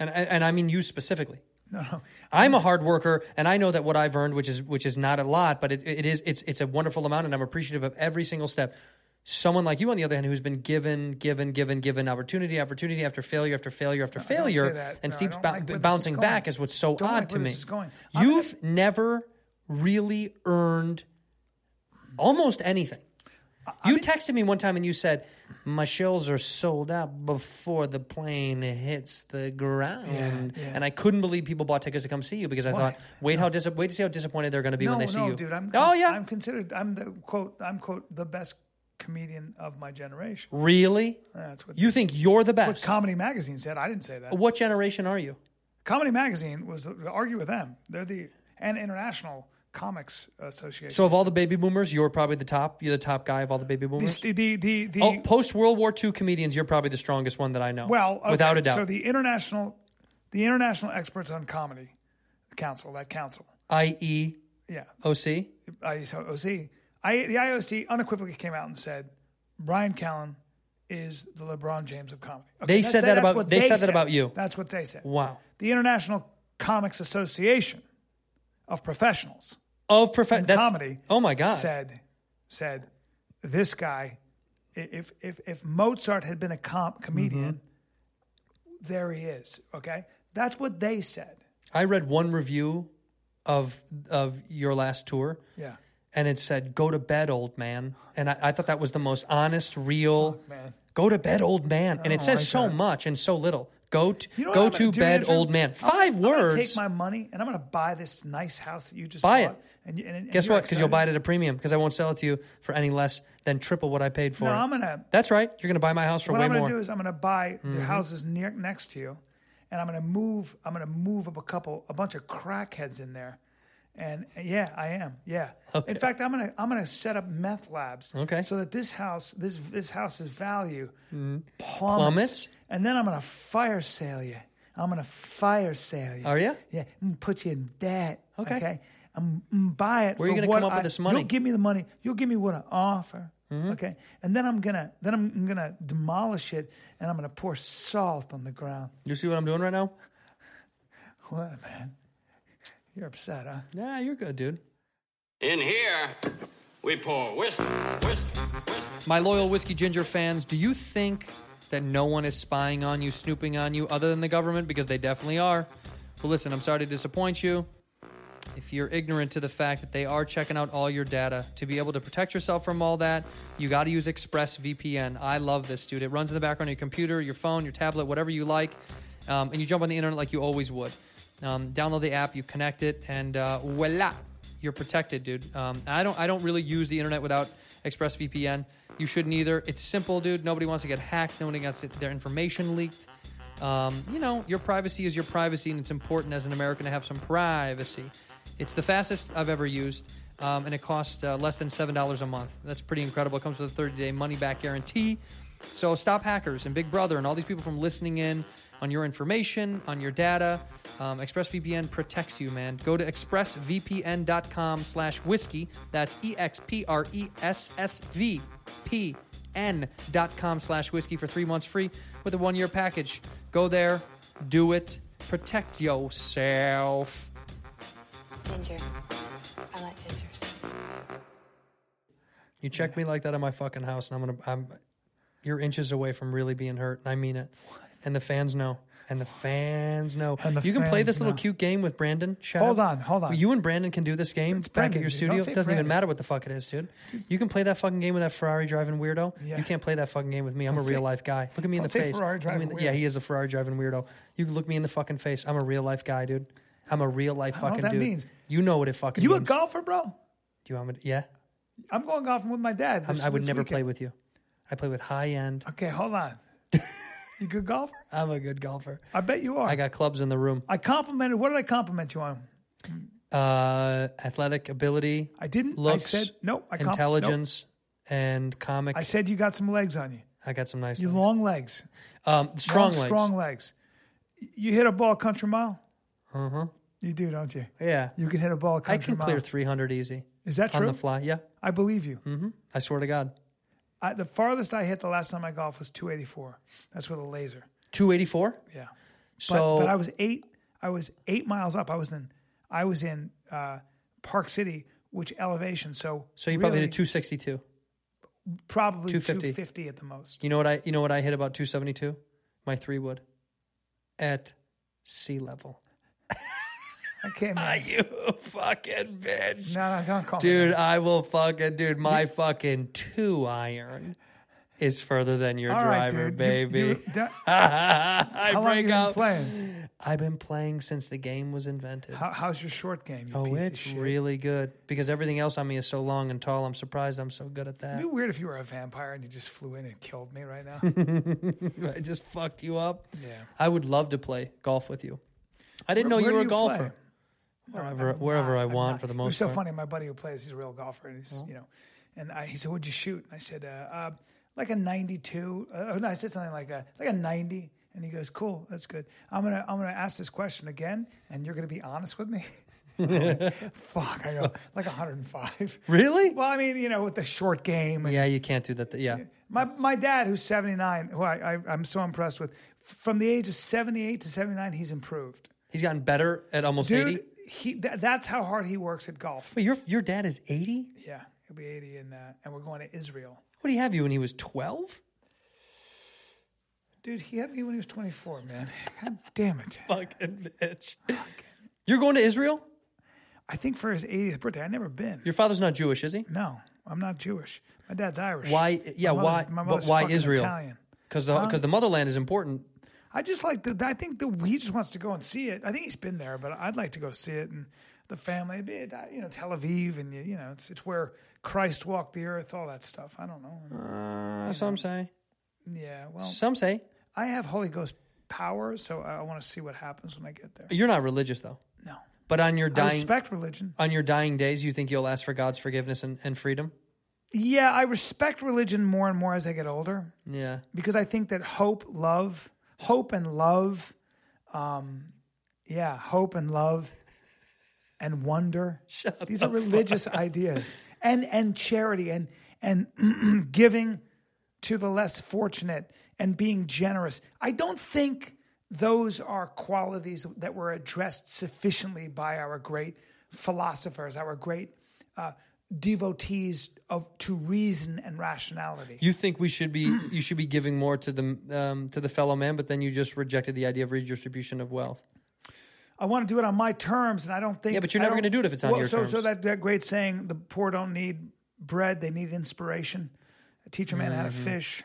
[SPEAKER 1] And, and and I mean you specifically. No, I'm a hard worker, and I know that what I've earned, which is which is not a lot, but it, it is it's it's a wonderful amount, and I'm appreciative of every single step. Someone like you, on the other hand, who's been given, given, given, given opportunity, opportunity after failure after failure after
[SPEAKER 8] don't say
[SPEAKER 1] failure,
[SPEAKER 8] that.
[SPEAKER 1] and
[SPEAKER 8] No, I
[SPEAKER 1] keeps
[SPEAKER 8] don't
[SPEAKER 1] bou-
[SPEAKER 8] like where this is
[SPEAKER 1] bouncing
[SPEAKER 8] going.
[SPEAKER 1] back is what's so
[SPEAKER 8] Don't
[SPEAKER 1] odd
[SPEAKER 8] like
[SPEAKER 1] to
[SPEAKER 8] where
[SPEAKER 1] me.
[SPEAKER 8] this is going. I'm gonna-
[SPEAKER 1] You've never really earned almost anything. You texted me one time and you said, My shows are sold out before the plane hits the ground.
[SPEAKER 8] Yeah, yeah.
[SPEAKER 1] And I couldn't believe people bought tickets to come see you because I thought, wait how dis- wait to see how disappointed they're going to be
[SPEAKER 8] No,
[SPEAKER 1] when they see
[SPEAKER 8] no,
[SPEAKER 1] you.
[SPEAKER 8] dude. I'm,
[SPEAKER 1] oh,
[SPEAKER 8] cons-
[SPEAKER 1] yeah.
[SPEAKER 8] I'm considered, I'm the quote, I'm quote, the best comedian of my generation.
[SPEAKER 1] really?
[SPEAKER 8] That's what,
[SPEAKER 1] You think you're the
[SPEAKER 8] what
[SPEAKER 1] best?
[SPEAKER 8] Comedy Magazine said. I didn't say that.
[SPEAKER 1] what generation are you?
[SPEAKER 8] Comedy Magazine was, argue with them. They're the, and International Comics Association.
[SPEAKER 1] So, of all the baby boomers, you're probably the top. You're the top guy of all the baby boomers.
[SPEAKER 8] the, the, the, the,
[SPEAKER 1] Oh, post World War II comedians, you're probably the strongest one that I know.
[SPEAKER 8] Well, okay,
[SPEAKER 1] without a doubt.
[SPEAKER 8] So the international, the international experts on comedy council, that council,
[SPEAKER 1] IE
[SPEAKER 8] yeah,
[SPEAKER 1] OC.
[SPEAKER 8] IOC, I, the IOC unequivocally came out and said Brian Callen is the LeBron James of comedy.
[SPEAKER 1] They
[SPEAKER 8] Okay, that's-
[SPEAKER 1] said that
[SPEAKER 8] that's
[SPEAKER 1] about-
[SPEAKER 8] what
[SPEAKER 1] they said that about you.
[SPEAKER 8] That's what they said.
[SPEAKER 1] Wow.
[SPEAKER 8] The International Comics Association of Professionals
[SPEAKER 1] Of profe- that's,
[SPEAKER 8] comedy.
[SPEAKER 1] Oh my god.
[SPEAKER 8] Said, said, this guy. i- If if if Mozart had been a com- comedian,
[SPEAKER 1] Mm-hmm.
[SPEAKER 8] there he is. Okay, that's what they said.
[SPEAKER 1] I read one review of of your last tour,
[SPEAKER 8] Yeah,
[SPEAKER 1] and it said, "Go to bed, old man." And I, I thought that was the most honest, real.
[SPEAKER 8] man.
[SPEAKER 1] Go to bed, old man, and it says
[SPEAKER 8] like
[SPEAKER 1] so
[SPEAKER 8] that.
[SPEAKER 1] much and so little. Go to,
[SPEAKER 8] You know what
[SPEAKER 1] go
[SPEAKER 8] I'm gonna
[SPEAKER 1] to
[SPEAKER 8] do,
[SPEAKER 1] bed,
[SPEAKER 8] Andrew?
[SPEAKER 1] old man.
[SPEAKER 8] I'm
[SPEAKER 1] 5
[SPEAKER 8] gonna- I'm gonna
[SPEAKER 1] words.
[SPEAKER 8] take my money and I'm going to buy this nice house that you just
[SPEAKER 1] Buy
[SPEAKER 8] bought,
[SPEAKER 1] it.
[SPEAKER 8] And, you- and, and
[SPEAKER 1] Guess
[SPEAKER 8] you're
[SPEAKER 1] what? Because you'll buy it
[SPEAKER 8] excited.
[SPEAKER 1] at a premium. Because I won't sell it to you for any less than triple what I paid for
[SPEAKER 8] No,
[SPEAKER 1] it.
[SPEAKER 8] I'm gonna-
[SPEAKER 1] That's right. You're gonna buy my house for
[SPEAKER 8] What
[SPEAKER 1] way
[SPEAKER 8] I'm going
[SPEAKER 1] more. Mm-hmm.
[SPEAKER 8] to do is I'm going to buy the houses near next to you, and I'm going to move. I'm going to move up a couple, a bunch of crackheads in there, and yeah, I am. Yeah.
[SPEAKER 1] Okay.
[SPEAKER 8] In fact, I'm going to I'm going to set up meth labs.
[SPEAKER 1] Okay. Mm.
[SPEAKER 8] So that this house, this this house's value plummets,
[SPEAKER 1] Plummets?
[SPEAKER 8] and then I'm going to fire sale you. I'm going to fire sale you.
[SPEAKER 1] Are ya?
[SPEAKER 8] Yeah. I'm gonna put you in debt.
[SPEAKER 1] Okay.
[SPEAKER 8] Okay. I'm, I'm buy it.
[SPEAKER 1] Where are
[SPEAKER 8] for
[SPEAKER 1] you gonna
[SPEAKER 8] what
[SPEAKER 1] come up with
[SPEAKER 8] I-
[SPEAKER 1] this money? Mm-hmm.
[SPEAKER 8] You'll give me the money. You'll give me what I offer. Okay, and then I'm gonna then I'm gonna demolish it, and I'm gonna pour salt on the ground. (laughs)
[SPEAKER 1] you see what I'm doing right now?
[SPEAKER 8] What man? You're upset, huh?
[SPEAKER 1] Yeah, you're good, dude.
[SPEAKER 2] In here, we pour whiskey, whiskey, whiskey.
[SPEAKER 1] My loyal Whiskey Ginger fans, do you think that no one is spying on you, snooping on you, other than the government? Because they definitely are. Well, listen, I'm sorry to disappoint you. If you're ignorant to the fact that they are checking out all your data, to be able to protect yourself from all that, you got to use ExpressVPN. I love this, dude. It runs in the background of your computer, your phone, your tablet, whatever you like, um, and you jump on the internet like you always would. Um, download the app, you connect it, and uh, voila, you're protected, dude. Um, I don't, I don't really use the internet without ExpressVPN. You shouldn't either. It's simple, dude. Nobody wants to get hacked. Nobody wants to- their information leaked. Um, you know, your privacy is your privacy, and it's important as an American to have some privacy. It's the fastest I've ever used, um, and it costs uh, less than $7 a month. That's pretty incredible. It comes with a 30 day money back guarantee. So stop hackers and Big Brother and all these people from listening in on your information, on your data. Um, ExpressVPN protects you, man. Go to expressvpn.com slash whiskey. That's E E-X-P-R-E-S-S-V-P-N.com slash whiskey for three months free with a one-year package. Go there, do it, protect yourself.
[SPEAKER 7] Ginger. I like gingers.
[SPEAKER 1] You check me like that in my fucking house, and I'm gonna. I'm. You're inches away from really being hurt, and I mean it. And the fans know. And the fans know.
[SPEAKER 8] And the
[SPEAKER 1] you can play
[SPEAKER 8] fans
[SPEAKER 1] this little
[SPEAKER 8] know.
[SPEAKER 1] cute game with Brandon. Shab.
[SPEAKER 8] Hold on, hold on.
[SPEAKER 1] You and Brandon can do this game
[SPEAKER 8] It's
[SPEAKER 1] back
[SPEAKER 8] Brandon,
[SPEAKER 1] at your
[SPEAKER 8] dude.
[SPEAKER 1] studio.
[SPEAKER 8] Don't
[SPEAKER 1] It
[SPEAKER 8] say
[SPEAKER 1] doesn't even
[SPEAKER 8] Brandon.
[SPEAKER 1] matter what the fuck it is, dude. You can play that fucking game with that Ferrari driving weirdo.
[SPEAKER 8] Yeah.
[SPEAKER 1] You can't play that fucking game with me. I'm a
[SPEAKER 8] Don't
[SPEAKER 1] real
[SPEAKER 8] say-
[SPEAKER 1] life guy. Look at me in
[SPEAKER 8] don't
[SPEAKER 1] the
[SPEAKER 8] say
[SPEAKER 1] face.
[SPEAKER 8] Ferrari
[SPEAKER 1] Look at me in
[SPEAKER 8] driving
[SPEAKER 1] the- yeah,
[SPEAKER 8] weirdo.
[SPEAKER 1] he is a Ferrari driving weirdo. You can look me in the fucking face. I'm a real life guy, dude. I'm a real life
[SPEAKER 8] don't know what
[SPEAKER 1] fucking
[SPEAKER 8] that
[SPEAKER 1] dude.
[SPEAKER 8] means.
[SPEAKER 1] You know what it fucking
[SPEAKER 8] You a
[SPEAKER 1] means.
[SPEAKER 8] golfer, bro?
[SPEAKER 1] Do you want me to, yeah?
[SPEAKER 8] I'm going golfing with my dad.
[SPEAKER 1] I'm-
[SPEAKER 8] This,
[SPEAKER 1] I would
[SPEAKER 8] this
[SPEAKER 1] never play
[SPEAKER 8] weekend.
[SPEAKER 1] with you. I play with high end.
[SPEAKER 8] Okay,
[SPEAKER 1] (laughs)
[SPEAKER 8] hold on. you good golfer?
[SPEAKER 1] I'm a good golfer.
[SPEAKER 8] I bet you are.
[SPEAKER 1] I got clubs in the room.
[SPEAKER 8] I complimented. What did I compliment you on?
[SPEAKER 1] Uh, athletic ability.
[SPEAKER 8] I didn't.
[SPEAKER 1] Looks.
[SPEAKER 8] I said no. I compl-
[SPEAKER 1] intelligence and comic.
[SPEAKER 8] nope. I said you got some legs on you.
[SPEAKER 1] I got some nice
[SPEAKER 8] Your
[SPEAKER 1] legs.
[SPEAKER 8] long legs,
[SPEAKER 1] um, strong
[SPEAKER 8] long,
[SPEAKER 1] legs.
[SPEAKER 8] strong legs. You hit a ball a country mile. Uh huh. You do, don't you?
[SPEAKER 1] Yeah,
[SPEAKER 8] You uh, can hit a ball a
[SPEAKER 1] Mm-hmm. I
[SPEAKER 8] country
[SPEAKER 1] can
[SPEAKER 8] mile.
[SPEAKER 1] clear 300 easy
[SPEAKER 8] Is that
[SPEAKER 1] on
[SPEAKER 8] true?
[SPEAKER 1] the Mm. fly. Yeah,
[SPEAKER 8] I believe you.
[SPEAKER 1] I swear to God,
[SPEAKER 8] I, the farthest I hit the last time I golfed was 284. That's with a laser.
[SPEAKER 1] 284.
[SPEAKER 8] Yeah.
[SPEAKER 1] So
[SPEAKER 8] but, but I was eight. I was eight miles up. I was in. I was in uh, Park City, which elevation. So
[SPEAKER 1] so you probably
[SPEAKER 8] really,
[SPEAKER 1] did 262.
[SPEAKER 8] probably
[SPEAKER 1] 250.
[SPEAKER 8] 250 at the most.
[SPEAKER 1] You know what I? You know what I hit about 272? My three wood at sea level. (laughs)
[SPEAKER 8] Okay, man.
[SPEAKER 1] You fucking bitch.
[SPEAKER 8] no, no, don't call me.
[SPEAKER 1] Dude, I will fucking dude. My fucking two iron is further than your
[SPEAKER 8] All right,
[SPEAKER 1] driver,
[SPEAKER 8] dude. You-
[SPEAKER 1] baby.
[SPEAKER 8] you-
[SPEAKER 1] (laughs)
[SPEAKER 8] (laughs) that-
[SPEAKER 1] I
[SPEAKER 8] how long
[SPEAKER 1] break
[SPEAKER 8] you been
[SPEAKER 1] out.
[SPEAKER 8] playing?
[SPEAKER 1] I've been playing since the game was invented.
[SPEAKER 8] How, how's your short game? You
[SPEAKER 1] oh,
[SPEAKER 8] piece
[SPEAKER 1] it's
[SPEAKER 8] of shit?
[SPEAKER 1] really good because everything else on me is so long and tall. I'm surprised I'm so good at that.
[SPEAKER 8] It'd be weird if you were a vampire and you just flew in and killed me right now.
[SPEAKER 1] (laughs) I just fucked you up.
[SPEAKER 8] Yeah.
[SPEAKER 1] I would love to play golf with you. I didn't know
[SPEAKER 8] Where
[SPEAKER 1] you
[SPEAKER 8] do
[SPEAKER 1] were a
[SPEAKER 8] you
[SPEAKER 1] golfer.
[SPEAKER 8] play?
[SPEAKER 1] Wherever, wherever I
[SPEAKER 8] I'm
[SPEAKER 1] want
[SPEAKER 8] not-
[SPEAKER 1] for the
[SPEAKER 8] It
[SPEAKER 1] most
[SPEAKER 8] was so
[SPEAKER 1] part.
[SPEAKER 8] funny. My buddy who plays, he's a real golfer, and he's you know, and I, he said, "What'd you shoot?" And I said, uh, uh, "Like a 92." Uh, oh, no, I said something like a like a 90. And he goes, "Cool, that's good. I'm gonna I'm gonna ask this question again, and you're gonna be honest with me." (laughs) I'm like, Fuck,
[SPEAKER 1] (laughs)
[SPEAKER 8] I go like 105.
[SPEAKER 1] Really?
[SPEAKER 8] Well, I mean, you know, with the short game and
[SPEAKER 1] Yeah, you can't do that. th- yeah.
[SPEAKER 8] my my dad, who's seventy nine, who I, I I'm so impressed with, from the age of seventy eight to seventy nine, he's improved.
[SPEAKER 1] He's gotten better at almost
[SPEAKER 8] Dude,
[SPEAKER 1] 80.
[SPEAKER 8] he tha- that's how hard he works at golf.
[SPEAKER 1] But your, your dad is 80?
[SPEAKER 8] Yeah, he'll be eighty, and uh, and we're going to Israel.
[SPEAKER 1] What do you have you when he was 12?
[SPEAKER 8] Dude, he had me when he was twenty four, man. God damn it!
[SPEAKER 1] (laughs) Fucking bitch. You're going to Israel?
[SPEAKER 8] I think for his eightieth birthday, I've never been.
[SPEAKER 1] Your father's not Jewish, is he?
[SPEAKER 8] no, I'm not Jewish. My dad's Irish.
[SPEAKER 1] Why- yeah, why-
[SPEAKER 8] My mother's- my
[SPEAKER 1] but
[SPEAKER 8] mother's
[SPEAKER 1] why
[SPEAKER 8] fucking
[SPEAKER 1] Israel?
[SPEAKER 8] Italian.
[SPEAKER 1] Because the, 'cause the motherland is important.
[SPEAKER 8] I just like the. I think the he just wants to go and see it. I think he's been there, but I'd like to go see it and the family. It'd be, you know, Tel Aviv, and you, you know, it's it's where Christ walked the earth, all that stuff. I don't know.
[SPEAKER 1] Uh, some say.
[SPEAKER 8] Yeah, well,
[SPEAKER 1] Some say.
[SPEAKER 8] I have Holy Ghost power, so I, I want to see what happens when I get there.
[SPEAKER 1] You're not religious, though.
[SPEAKER 8] No,
[SPEAKER 1] But on your
[SPEAKER 8] I
[SPEAKER 1] dying
[SPEAKER 8] respect religion.
[SPEAKER 1] on your dying days, you think you'll ask for God's forgiveness and, and freedom?
[SPEAKER 8] Yeah, I respect religion more and more as I get older
[SPEAKER 1] Yeah.
[SPEAKER 8] because I think that hope, love, hope and love, um, yeah, hope and love and wonder. These are religious ideas and and charity and (clears throat) and giving to the less fortunate and being generous. I don't think those are qualities that were addressed sufficiently by our great philosophers, our great uh, devotees of to reason and rationality.
[SPEAKER 1] You think we should be you should be giving more to the um, to the fellow man, but then you just rejected the idea of redistribution of wealth.
[SPEAKER 8] I want to do it on my terms, and I don't think.
[SPEAKER 1] Yeah, but you're never
[SPEAKER 8] I don't-
[SPEAKER 1] gonna do it if it's on your
[SPEAKER 8] so, So
[SPEAKER 1] terms.
[SPEAKER 8] that, that great saying, "The poor don't need bread; they need inspiration." Teach a man how to
[SPEAKER 1] Mm-hmm.
[SPEAKER 8] fish,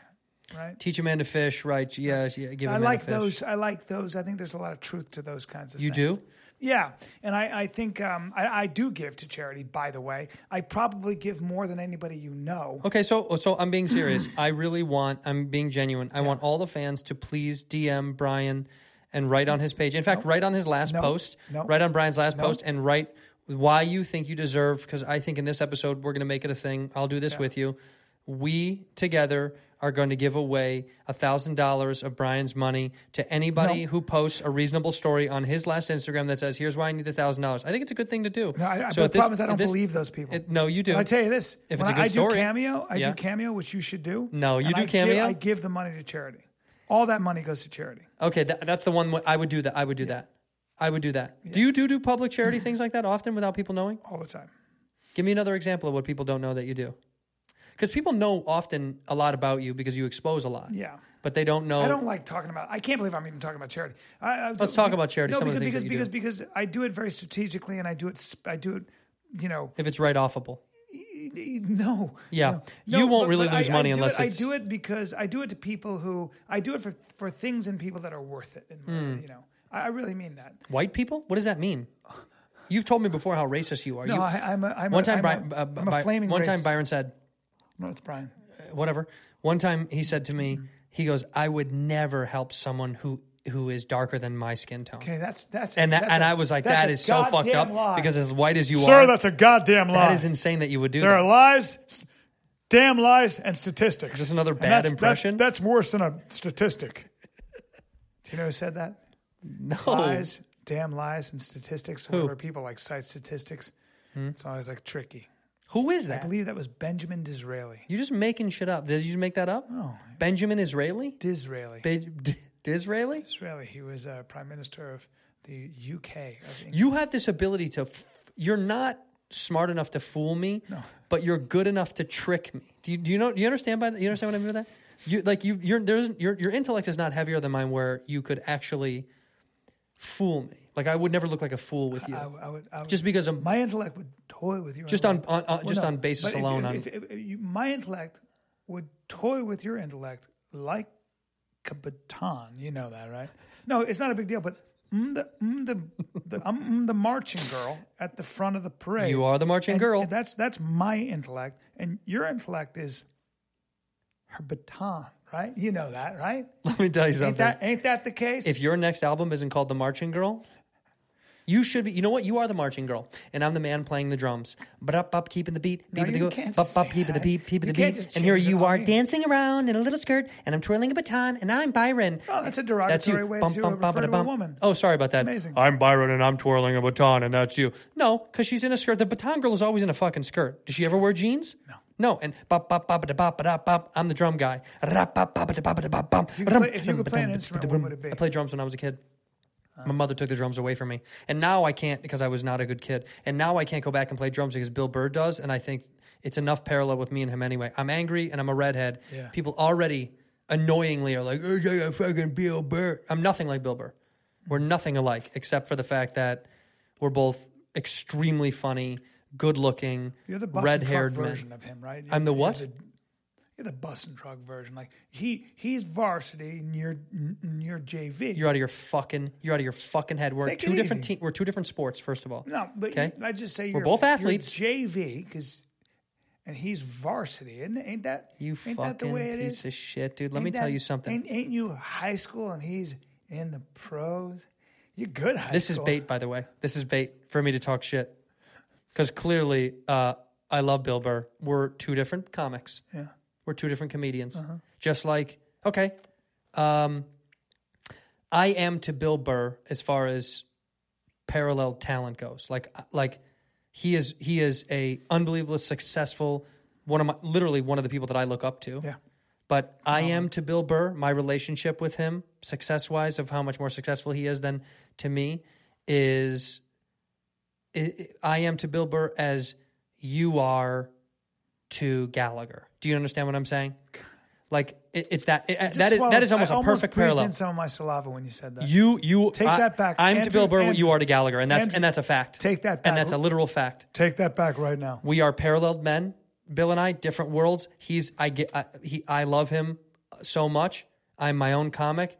[SPEAKER 8] right?
[SPEAKER 1] Teach a man to fish, right? Yeah, yeah give a
[SPEAKER 8] I
[SPEAKER 1] man
[SPEAKER 8] like
[SPEAKER 1] to fish.
[SPEAKER 8] those. I like those. I think there's a lot of truth to those kinds of.
[SPEAKER 1] You
[SPEAKER 8] sayings.
[SPEAKER 1] do?
[SPEAKER 8] Yeah, and I, I think um, I, I do give to charity. By the way, I probably give more than anybody you know.
[SPEAKER 1] Okay, so so I'm being serious. I really want. I'm being genuine. I want all the fans to please DM Brian and write on his page. In fact, write on his last post.
[SPEAKER 8] Nope.
[SPEAKER 1] Write on Brian's last post and write why you think you deserve. Because I think in this episode we're going to make it a thing. I'll do this with you. We together are going to give away a thousand dollars of Brian's money to anybody
[SPEAKER 8] No.
[SPEAKER 1] who posts a reasonable story on his last Instagram that says, "Here's why I need the thousand dollars." I think it's a good thing to do.
[SPEAKER 8] No, I,
[SPEAKER 1] So
[SPEAKER 8] I, but
[SPEAKER 1] at
[SPEAKER 8] the
[SPEAKER 1] this-
[SPEAKER 8] problem is I
[SPEAKER 1] at
[SPEAKER 8] don't
[SPEAKER 1] this-
[SPEAKER 8] believe those people.
[SPEAKER 1] it- no, you do.
[SPEAKER 8] But I tell you this:
[SPEAKER 1] If
[SPEAKER 8] when
[SPEAKER 1] it's a good
[SPEAKER 8] I, I
[SPEAKER 1] story.
[SPEAKER 8] do cameo, I
[SPEAKER 1] Yeah.
[SPEAKER 8] do cameo, which you should do.
[SPEAKER 1] No, you
[SPEAKER 8] and
[SPEAKER 1] do
[SPEAKER 8] I give-
[SPEAKER 1] Cameo?
[SPEAKER 8] I give the money to charity. All that money goes to charity.
[SPEAKER 1] Okay, that, that's the one wh- I would do that. I would do that. I would do that. Do you do do public charity things like that often without people knowing?
[SPEAKER 8] all the time.
[SPEAKER 1] Give me another example of what people don't know that you do. Because people know often a lot about you because you expose a lot.
[SPEAKER 8] Yeah.
[SPEAKER 1] But they don't know.
[SPEAKER 8] I don't like talking about. I can't believe I'm even talking about charity. I, I,
[SPEAKER 1] Oh. Let's talk about charity,
[SPEAKER 8] No,
[SPEAKER 1] some of
[SPEAKER 8] because
[SPEAKER 1] the things
[SPEAKER 8] because
[SPEAKER 1] that you
[SPEAKER 8] because because I do it very strategically, and I do it. sp- I do it. You know,
[SPEAKER 1] if it's right offable.
[SPEAKER 8] no.
[SPEAKER 1] Yeah.
[SPEAKER 8] No,
[SPEAKER 1] You won't
[SPEAKER 8] but-
[SPEAKER 1] really
[SPEAKER 8] but
[SPEAKER 1] lose
[SPEAKER 8] I,
[SPEAKER 1] money
[SPEAKER 8] I do
[SPEAKER 1] unless
[SPEAKER 8] it,
[SPEAKER 1] it's-
[SPEAKER 8] I do it because I do it to people who I do it for for things and people that are worth it. In my,
[SPEAKER 1] Hmm.
[SPEAKER 8] You know, I, I really mean that.
[SPEAKER 1] White people? What does that mean? You've told me before how racist you are.
[SPEAKER 8] No,
[SPEAKER 1] you,
[SPEAKER 8] I, I'm a. I'm
[SPEAKER 1] one
[SPEAKER 8] a,
[SPEAKER 1] time,
[SPEAKER 8] I'm
[SPEAKER 1] Brian,
[SPEAKER 8] a,
[SPEAKER 1] uh,
[SPEAKER 8] I'm a
[SPEAKER 1] Bi-
[SPEAKER 8] flaming.
[SPEAKER 1] one time
[SPEAKER 8] racist.
[SPEAKER 1] Byron said,
[SPEAKER 8] No, it's Brian.
[SPEAKER 1] whatever. One time he said to
[SPEAKER 8] Mm-hmm.
[SPEAKER 1] me, he goes, "I would never help someone who who is darker than my skin tone."
[SPEAKER 8] Okay, that's that's.
[SPEAKER 1] and that,
[SPEAKER 8] that's
[SPEAKER 1] and
[SPEAKER 8] a-
[SPEAKER 1] I was like,
[SPEAKER 8] that's
[SPEAKER 1] that
[SPEAKER 8] a
[SPEAKER 1] is so fucked
[SPEAKER 8] goddamn
[SPEAKER 1] up
[SPEAKER 8] lie.
[SPEAKER 1] because as white as you
[SPEAKER 8] sir,
[SPEAKER 1] are,
[SPEAKER 8] that's a goddamn lie.
[SPEAKER 1] that is insane that you would do
[SPEAKER 8] there
[SPEAKER 1] that.
[SPEAKER 8] are lies. damn lies and statistics. Is
[SPEAKER 1] this another bad impression?
[SPEAKER 8] That's, worse than a statistic. Do you know who said that?
[SPEAKER 1] No.
[SPEAKER 8] Lies, damn lies, and statistics. Who? Whenever people like cite statistics,
[SPEAKER 1] Hmm?
[SPEAKER 8] it's always like tricky.
[SPEAKER 1] Who is that?
[SPEAKER 8] I believe that was Benjamin Disraeli.
[SPEAKER 1] You're just making shit up. Did you make that up? No. Benjamin Israeli?
[SPEAKER 8] Disraeli.
[SPEAKER 1] Ba- D- Disraeli?
[SPEAKER 8] Disraeli. He was uh, prime minister of the UK. Of England.
[SPEAKER 1] You have this ability to. F- you're not smart enough to fool me, but you're good enough to trick me. Do you, do you know? Do you understand by that? You understand what I mean by that? You like you. You're, there's your your intellect is not heavier than mine, where you could actually fool me. Like I would never look like a fool with you,
[SPEAKER 8] I, I would, I would,
[SPEAKER 1] just because I'm
[SPEAKER 8] my intellect would toy with your
[SPEAKER 1] Just on-
[SPEAKER 8] intellect.
[SPEAKER 1] on- on- just on basis
[SPEAKER 8] but if-
[SPEAKER 1] alone,
[SPEAKER 8] if-
[SPEAKER 1] on-
[SPEAKER 8] if- if you- my intellect would toy with your intellect like a baton. You know that, right? No, it's not a big deal. But mm, the mm, the the, I'm mm, the marching girl at the front of the parade.
[SPEAKER 1] You are the marching
[SPEAKER 8] And-
[SPEAKER 1] girl.
[SPEAKER 8] and that's that's my intellect, and your intellect is her baton, right? You know that, right?
[SPEAKER 1] (laughs) Let me tell you something.
[SPEAKER 8] Ain't that ain't that the case?
[SPEAKER 1] if your next album isn't called The Marching Girl, you should be. You know what? You are the marching girl, and I'm the man playing the drums. But up, up, keeping the beat,
[SPEAKER 8] No,
[SPEAKER 1] beeping
[SPEAKER 8] you
[SPEAKER 1] the go,
[SPEAKER 8] can't
[SPEAKER 1] up,
[SPEAKER 8] just
[SPEAKER 1] up,
[SPEAKER 8] say
[SPEAKER 1] keeping the
[SPEAKER 8] that.
[SPEAKER 1] beat, keeping
[SPEAKER 8] You
[SPEAKER 1] the
[SPEAKER 8] can't
[SPEAKER 1] beat,
[SPEAKER 8] just
[SPEAKER 1] and here
[SPEAKER 8] change it
[SPEAKER 1] you
[SPEAKER 8] all
[SPEAKER 1] are
[SPEAKER 8] in.
[SPEAKER 1] dancing around in a little skirt, and I'm twirling a baton, and I'm Byron.
[SPEAKER 8] Oh, that's a
[SPEAKER 1] That's you.
[SPEAKER 8] derogatory way
[SPEAKER 1] Bum,
[SPEAKER 8] to
[SPEAKER 1] bum, bum,
[SPEAKER 8] refer to a
[SPEAKER 1] ba-da-bum.
[SPEAKER 8] woman.
[SPEAKER 1] Oh, sorry about that.
[SPEAKER 8] Amazing.
[SPEAKER 1] I'm Byron, and I'm twirling a baton, and that's you. No, because she's in a skirt. The baton girl is always in a fucking skirt. Does she ever wear jeans? No. No, and bop bop bop da bop da bop. I'm the drum guy. Rap, bop, bop, da, bop, da, bop, bop.
[SPEAKER 8] you could play- if you could play an instrument, what would it be?
[SPEAKER 1] I played drums when I was a kid. My mother took the drums away from me, and now I can't because I was not a good kid. And now I can't go back and play drums because Bill Burr does, and I think it's enough parallel with me and him anyway. I'm angry and I'm a redhead.
[SPEAKER 8] Yeah.
[SPEAKER 1] People already annoyingly are like, "Oh, yeah, yeah, fucking Bill Burr." I'm nothing like Bill Burr. We're nothing alike except for the fact that we're both extremely funny, good looking,
[SPEAKER 8] You're the bus and truck
[SPEAKER 1] red-haired men.
[SPEAKER 8] version of him, right?
[SPEAKER 1] I'm the
[SPEAKER 8] You're
[SPEAKER 1] what?
[SPEAKER 8] You're the bus and truck version. Like he he's varsity and you're and you're JV.
[SPEAKER 1] You're out of your fucking. You're out of your fucking head. We're
[SPEAKER 8] Take
[SPEAKER 1] two
[SPEAKER 8] it
[SPEAKER 1] different.
[SPEAKER 8] easy.
[SPEAKER 1] Te- we're two different sports. First of all,
[SPEAKER 8] no, but
[SPEAKER 1] okay.
[SPEAKER 8] you, I just say
[SPEAKER 1] We're
[SPEAKER 8] you're
[SPEAKER 1] both
[SPEAKER 8] you're
[SPEAKER 1] athletes.
[SPEAKER 8] JV because and he's varsity, and ain't that
[SPEAKER 1] You
[SPEAKER 8] ain't that the
[SPEAKER 1] fucking
[SPEAKER 8] way it
[SPEAKER 1] piece
[SPEAKER 8] is?
[SPEAKER 1] of shit, dude. Let me
[SPEAKER 8] Ain't
[SPEAKER 1] tell
[SPEAKER 8] that-
[SPEAKER 1] you something.
[SPEAKER 8] Ain't, ain't you high school and he's in the pros? You're good high
[SPEAKER 1] This is
[SPEAKER 8] school.
[SPEAKER 1] bait, by the way. This is bait for me to talk shit. Because clearly, uh, I love Bill Burr. We're two different comics. Yeah. We're two different comedians.
[SPEAKER 8] Uh-huh.
[SPEAKER 1] Just like, okay, um, I am to Bill Burr as far as parallel talent goes. Like, like he is he is a unbelievably successful one of my literally one of the people that I look up to.
[SPEAKER 8] Yeah.
[SPEAKER 1] But I am to Bill Burr, my relationship with him, success wise, of how much more successful he is than to me, is i I am to Bill Burr as you are to Gallagher. Do you understand what I'm saying? Like it, it's that it,
[SPEAKER 8] Just
[SPEAKER 1] that is that
[SPEAKER 8] swallowed-
[SPEAKER 1] is almost
[SPEAKER 8] I
[SPEAKER 1] a perfect
[SPEAKER 8] breathed
[SPEAKER 1] parallel.
[SPEAKER 8] In some of my saliva when you said that.
[SPEAKER 1] You you
[SPEAKER 8] Take
[SPEAKER 1] I-
[SPEAKER 8] that back.
[SPEAKER 1] I'm to
[SPEAKER 8] Andrew-
[SPEAKER 1] Bill Burr what
[SPEAKER 8] Andrew-
[SPEAKER 1] you are to Gallagher, and that's
[SPEAKER 8] Andrew,
[SPEAKER 1] and that's a fact.
[SPEAKER 8] take that back.
[SPEAKER 1] and that's a literal fact.
[SPEAKER 8] Take that back right now.
[SPEAKER 1] We are paralleled men. Bill and I, different worlds. He's I get I, he I love him so much. I'm my own comic.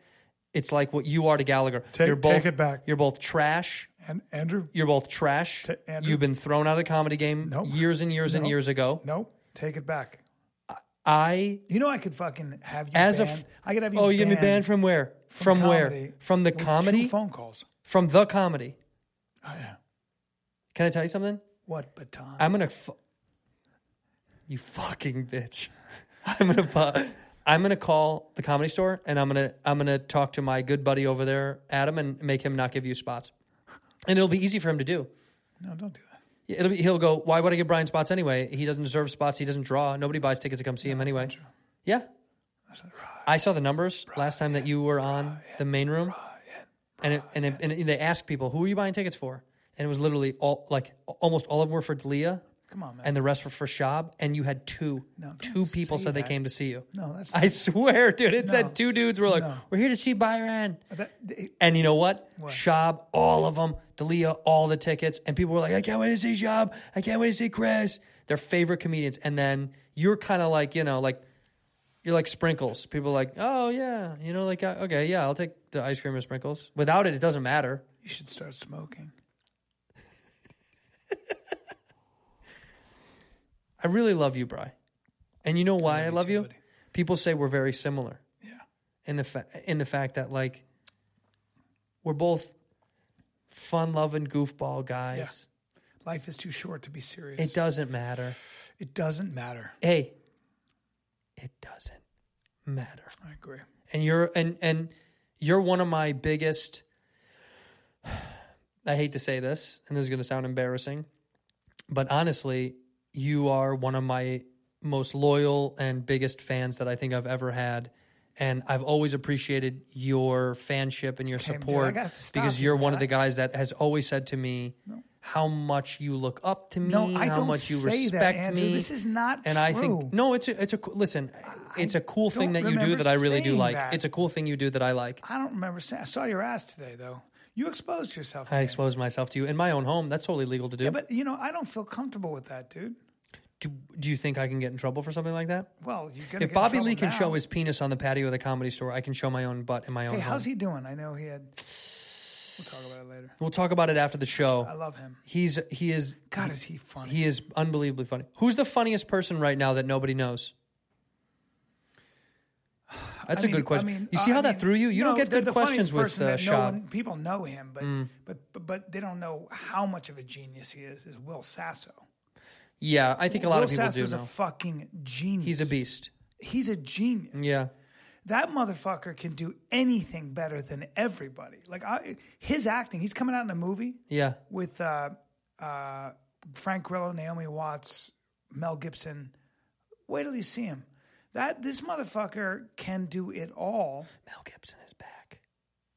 [SPEAKER 1] It's like what you are to Gallagher.
[SPEAKER 8] Take-
[SPEAKER 1] you're both,
[SPEAKER 8] take it back.
[SPEAKER 1] You're both trash.
[SPEAKER 8] And Andrew,
[SPEAKER 1] You're both trash.
[SPEAKER 8] Ta- Andrew?
[SPEAKER 1] You've been thrown out of the comedy game
[SPEAKER 8] Nope.
[SPEAKER 1] years and years and
[SPEAKER 8] Nope.
[SPEAKER 1] years ago.
[SPEAKER 8] no, take it back.
[SPEAKER 1] I
[SPEAKER 8] You know, I could fucking have you
[SPEAKER 1] as a
[SPEAKER 8] banned.
[SPEAKER 1] f-
[SPEAKER 8] I could have you.
[SPEAKER 1] oh,
[SPEAKER 8] banned
[SPEAKER 1] you're gonna be banned from where? From, where?
[SPEAKER 8] comedy
[SPEAKER 1] From the
[SPEAKER 8] with two
[SPEAKER 1] comedy?
[SPEAKER 8] phone calls.
[SPEAKER 1] From the comedy.
[SPEAKER 8] Oh yeah.
[SPEAKER 1] Can I tell you something?
[SPEAKER 8] What baton?
[SPEAKER 1] I'm gonna. Fu- you fucking bitch. (laughs) I'm gonna. Fu- I'm gonna call the comedy store and I'm gonna I'm gonna talk to my good buddy over there, Adam, and make him not give you spots. And it'll be easy for him to do.
[SPEAKER 8] no, don't do that.
[SPEAKER 1] Yeah, It'll be, he'll go. Why would I give Brian spots anyway? He doesn't deserve spots. He doesn't draw. Nobody buys tickets to come see him anyway. Yeah. I saw the numbers last time that you were on the main room, and it, and, it, and it- they asked people who are you buying tickets for, and it was literally all like a- almost all of them were for Leah.
[SPEAKER 8] Come on, man.
[SPEAKER 1] And the rest were for Shab, and you had two.
[SPEAKER 8] No,
[SPEAKER 1] two
[SPEAKER 8] don't
[SPEAKER 1] people
[SPEAKER 8] say
[SPEAKER 1] said they
[SPEAKER 8] that.
[SPEAKER 1] came to see you.
[SPEAKER 8] No, that's
[SPEAKER 1] I
[SPEAKER 8] not-
[SPEAKER 1] swear, dude. It
[SPEAKER 8] No.
[SPEAKER 1] said two dudes were like,
[SPEAKER 8] No.
[SPEAKER 1] "We're here to see Byron."
[SPEAKER 8] That- it-
[SPEAKER 1] And you know what? Shab, all of them, Dalia, all the tickets. And people were like, I can't wait to see Shab. I can't wait to see Chris. Their favorite comedians. And then you're kind of like, you know, like, you're like sprinkles. People are like, oh, yeah. You know, like, uh, okay, yeah, I'll take the ice cream or sprinkles. Without it, it doesn't matter.
[SPEAKER 8] you should start smoking.
[SPEAKER 1] I really love you, Bry. And you know why I love,
[SPEAKER 8] too,
[SPEAKER 1] you?
[SPEAKER 8] buddy.
[SPEAKER 1] People say we're very similar
[SPEAKER 8] Yeah.
[SPEAKER 1] in the, fa- in the fact that, like, we're both fun loving goofball guys.
[SPEAKER 8] Life is too short to be serious.
[SPEAKER 1] It doesn't matter.
[SPEAKER 8] It doesn't matter.
[SPEAKER 1] hey, it doesn't matter.
[SPEAKER 8] I agree.
[SPEAKER 1] And you're and and you're one of my biggest (sighs) I hate to say this, and this is going to sound embarrassing, but honestly, you are one of my most loyal and biggest fans that I think I've ever had. And I've always appreciated your fanship and your
[SPEAKER 8] dude, I
[SPEAKER 1] support
[SPEAKER 8] gotta stop
[SPEAKER 1] because
[SPEAKER 8] you,
[SPEAKER 1] you're one
[SPEAKER 8] man.
[SPEAKER 1] of the guys that has always said to me how much you look up to me,
[SPEAKER 8] No, I
[SPEAKER 1] how
[SPEAKER 8] don't
[SPEAKER 1] much you
[SPEAKER 8] say that,
[SPEAKER 1] respect
[SPEAKER 8] Andrew.
[SPEAKER 1] me.
[SPEAKER 8] This is not
[SPEAKER 1] and I
[SPEAKER 8] true.
[SPEAKER 1] think no, it's a, it's a co- listen, it's a cool thing
[SPEAKER 8] don't
[SPEAKER 1] that you do
[SPEAKER 8] remember
[SPEAKER 1] that I really do
[SPEAKER 8] saying
[SPEAKER 1] like.
[SPEAKER 8] that.
[SPEAKER 1] It's a cool thing you do that I like.
[SPEAKER 8] I don't remember saying. I saw your ass today, though. You exposed yourself. To
[SPEAKER 1] I
[SPEAKER 8] me.
[SPEAKER 1] exposed myself to you in my own home. That's totally legal to do.
[SPEAKER 8] Yeah, but you know, I don't feel comfortable with that, dude.
[SPEAKER 1] do, do you think I can get in trouble for something like that?
[SPEAKER 8] Well, you're gonna. get
[SPEAKER 1] If
[SPEAKER 8] in
[SPEAKER 1] Bobby
[SPEAKER 8] trouble
[SPEAKER 1] Lee can
[SPEAKER 8] now.
[SPEAKER 1] show his penis on the patio of the comedy store, I can show my own butt in my own
[SPEAKER 8] hey,
[SPEAKER 1] home.
[SPEAKER 8] how's he doing? I know he had. We'll talk about it later.
[SPEAKER 1] we'll talk about it after the show.
[SPEAKER 8] I love him.
[SPEAKER 1] He's he is
[SPEAKER 8] God, is he funny?
[SPEAKER 1] he is unbelievably funny. Who's the funniest person right now that nobody
[SPEAKER 8] (sighs)
[SPEAKER 1] knows? That's
[SPEAKER 8] I
[SPEAKER 1] a
[SPEAKER 8] mean-
[SPEAKER 1] good question.
[SPEAKER 8] I mean,
[SPEAKER 1] you see
[SPEAKER 8] uh,
[SPEAKER 1] how
[SPEAKER 8] I
[SPEAKER 1] that
[SPEAKER 8] mean,
[SPEAKER 1] threw you? You don't
[SPEAKER 8] no,
[SPEAKER 1] get
[SPEAKER 8] they're
[SPEAKER 1] good
[SPEAKER 8] the
[SPEAKER 1] questions
[SPEAKER 8] funniest
[SPEAKER 1] with
[SPEAKER 8] person
[SPEAKER 1] uh,
[SPEAKER 8] that
[SPEAKER 1] Shop. Mm.
[SPEAKER 8] No one, people know him, but, but but but they don't know how much of a genius he is. Is Will Sasso?
[SPEAKER 1] yeah, I think a lot
[SPEAKER 8] Will
[SPEAKER 1] of people do
[SPEAKER 8] Sasso's a
[SPEAKER 1] know.
[SPEAKER 8] fucking genius.
[SPEAKER 1] He's a beast.
[SPEAKER 8] He's a genius.
[SPEAKER 1] Yeah.
[SPEAKER 8] that motherfucker can do anything better than everybody. Like I, his acting, he's coming out in a movie
[SPEAKER 1] Yeah.
[SPEAKER 8] with uh, uh, Frank Grillo, Naomi Watts, Mel Gibson. Wait till you see him. That this motherfucker can do it all.
[SPEAKER 1] Mel Gibson is back.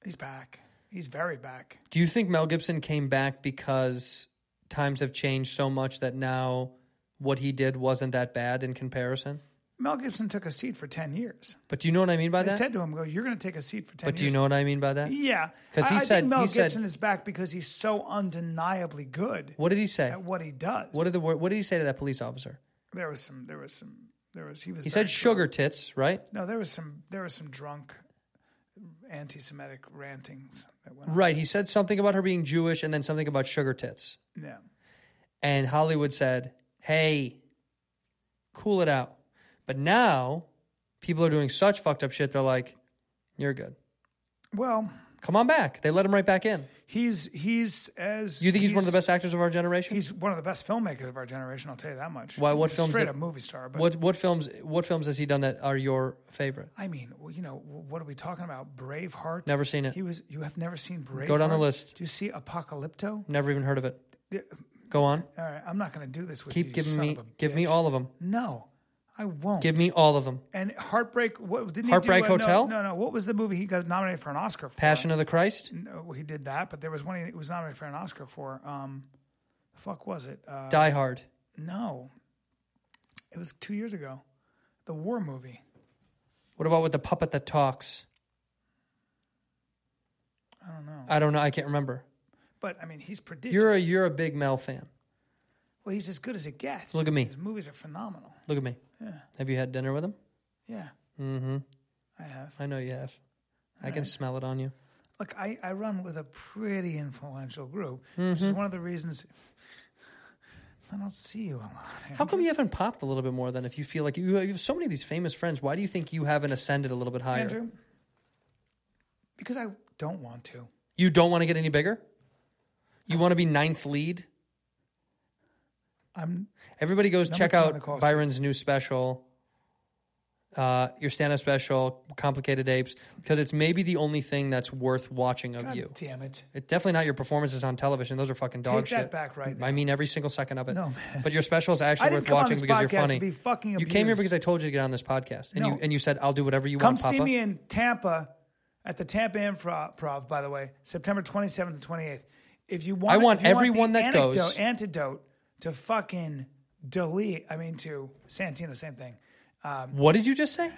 [SPEAKER 8] He's back. He's very back.
[SPEAKER 1] Do you think Mel Gibson came back because times have changed so much that now what he did wasn't that bad in comparison?
[SPEAKER 8] Mel Gibson took a seat for ten years.
[SPEAKER 1] But do you know what I mean by
[SPEAKER 8] I
[SPEAKER 1] that?
[SPEAKER 8] said to him, "Go, you're going to take a seat for ten
[SPEAKER 1] but
[SPEAKER 8] years."
[SPEAKER 1] do you know what I mean by that?
[SPEAKER 8] Yeah,
[SPEAKER 1] 'Cause he
[SPEAKER 8] I, I
[SPEAKER 1] said-
[SPEAKER 8] think Mel
[SPEAKER 1] he said-
[SPEAKER 8] Gibson is back because he's so undeniably good
[SPEAKER 1] What did he say?
[SPEAKER 8] at what he does.
[SPEAKER 1] What did the wor- what did he say to that police officer?
[SPEAKER 8] there was some. There was some. There was. He was.
[SPEAKER 1] He
[SPEAKER 8] very
[SPEAKER 1] said sugar tits, right?
[SPEAKER 8] No, there was some there was some drunk anti-Semitic rantings that went on.
[SPEAKER 1] Right. He said something about her being Jewish and then something about sugar tits.
[SPEAKER 8] Yeah.
[SPEAKER 1] And Hollywood said, "Hey, cool it out." But now people are doing such fucked up shit. They're like, "You're good.
[SPEAKER 8] Well,
[SPEAKER 1] Come on back." They let him right back in.
[SPEAKER 8] he's he's as
[SPEAKER 1] Do you think he's, one of the best actors of our generation?
[SPEAKER 8] He's one of the best filmmakers of our generation. I'll tell you that much.
[SPEAKER 1] Why, what
[SPEAKER 8] He's a
[SPEAKER 1] films
[SPEAKER 8] Straight
[SPEAKER 1] that-
[SPEAKER 8] up movie star. But
[SPEAKER 1] What what films what films has he done that are your favorite?
[SPEAKER 8] I mean, well, you know, what are we talking about? Braveheart.
[SPEAKER 1] Never seen it.
[SPEAKER 8] He was. You have never seen Braveheart.
[SPEAKER 1] down the list.
[SPEAKER 8] Do you see Apocalypto?
[SPEAKER 1] Never even heard of it.
[SPEAKER 8] Yeah.
[SPEAKER 1] Go on.
[SPEAKER 8] All right, I'm not going to do this with you.
[SPEAKER 1] Keep
[SPEAKER 8] you
[SPEAKER 1] giving
[SPEAKER 8] son
[SPEAKER 1] me
[SPEAKER 8] of a
[SPEAKER 1] give me
[SPEAKER 8] bitch.
[SPEAKER 1] all of them.
[SPEAKER 8] No, I won't.
[SPEAKER 1] Give me all of them.
[SPEAKER 8] and uh, Heartbreak. What didn't
[SPEAKER 1] Heartbreak
[SPEAKER 8] he do, uh, no,
[SPEAKER 1] Hotel?
[SPEAKER 8] No, no, What was the movie he got nominated for an Oscar for?
[SPEAKER 1] Passion of the Christ?
[SPEAKER 8] No, he did that, but there was one he was nominated for an Oscar for. Um, the fuck was it? Uh,
[SPEAKER 1] Die Hard.
[SPEAKER 8] no, it was two years ago. The war movie.
[SPEAKER 1] What about with the puppet that talks? I don't know. I don't know. I can't remember.
[SPEAKER 8] But I mean, he's prodigious.
[SPEAKER 1] You're a you're a big Mel fan.
[SPEAKER 8] well, he's as good as it gets.
[SPEAKER 1] Look at me.
[SPEAKER 8] His movies are phenomenal.
[SPEAKER 1] Look at me. Have you had dinner with him?
[SPEAKER 8] Yeah. Mm-hmm. I have.
[SPEAKER 1] I know you have. I can smell it on you.
[SPEAKER 8] Look, I, I run with a pretty influential group, which
[SPEAKER 1] Mm-hmm.
[SPEAKER 8] is one of the reasons I don't see you a lot.
[SPEAKER 1] How come you haven't popped a little bit more than if you feel like you you have so many of these famous friends? Why do you think you haven't ascended a little bit higher?
[SPEAKER 8] Andrew? Because I don't want to.
[SPEAKER 1] You don't want to get any bigger? You want to be ninth lead?
[SPEAKER 8] I'm
[SPEAKER 1] Everybody goes
[SPEAKER 8] Number
[SPEAKER 1] check
[SPEAKER 8] two on the
[SPEAKER 1] out
[SPEAKER 8] call sheet.
[SPEAKER 1] Byron's new special, uh, your stand up special, Complicated Apes, because it's maybe the only thing that's worth watching of
[SPEAKER 8] God
[SPEAKER 1] you.
[SPEAKER 8] damn it.
[SPEAKER 1] It's definitely not your performances on television. Those are fucking dog
[SPEAKER 8] Take that
[SPEAKER 1] shit.
[SPEAKER 8] back right
[SPEAKER 1] I mean every single second of it.
[SPEAKER 8] No, man.
[SPEAKER 1] But your special is
[SPEAKER 8] I
[SPEAKER 1] actually
[SPEAKER 8] didn't
[SPEAKER 1] worth
[SPEAKER 8] come on
[SPEAKER 1] watching
[SPEAKER 8] this
[SPEAKER 1] because you're
[SPEAKER 8] podcast to
[SPEAKER 1] funny.
[SPEAKER 8] be fucking
[SPEAKER 1] you came here
[SPEAKER 8] abused.
[SPEAKER 1] because I told you to get on this podcast, and
[SPEAKER 8] No.
[SPEAKER 1] you and you said I'll do whatever you
[SPEAKER 8] Come
[SPEAKER 1] want.
[SPEAKER 8] see
[SPEAKER 1] Papa.
[SPEAKER 8] me in Tampa at the Tampa Improv, by the way, September 27th and 28th. If you want,
[SPEAKER 1] I want
[SPEAKER 8] if you
[SPEAKER 1] everyone
[SPEAKER 8] the
[SPEAKER 1] that
[SPEAKER 8] anecdote,
[SPEAKER 1] goes-
[SPEAKER 8] antidote to fucking delete. I mean, to Santino, same thing.
[SPEAKER 1] What did you just say?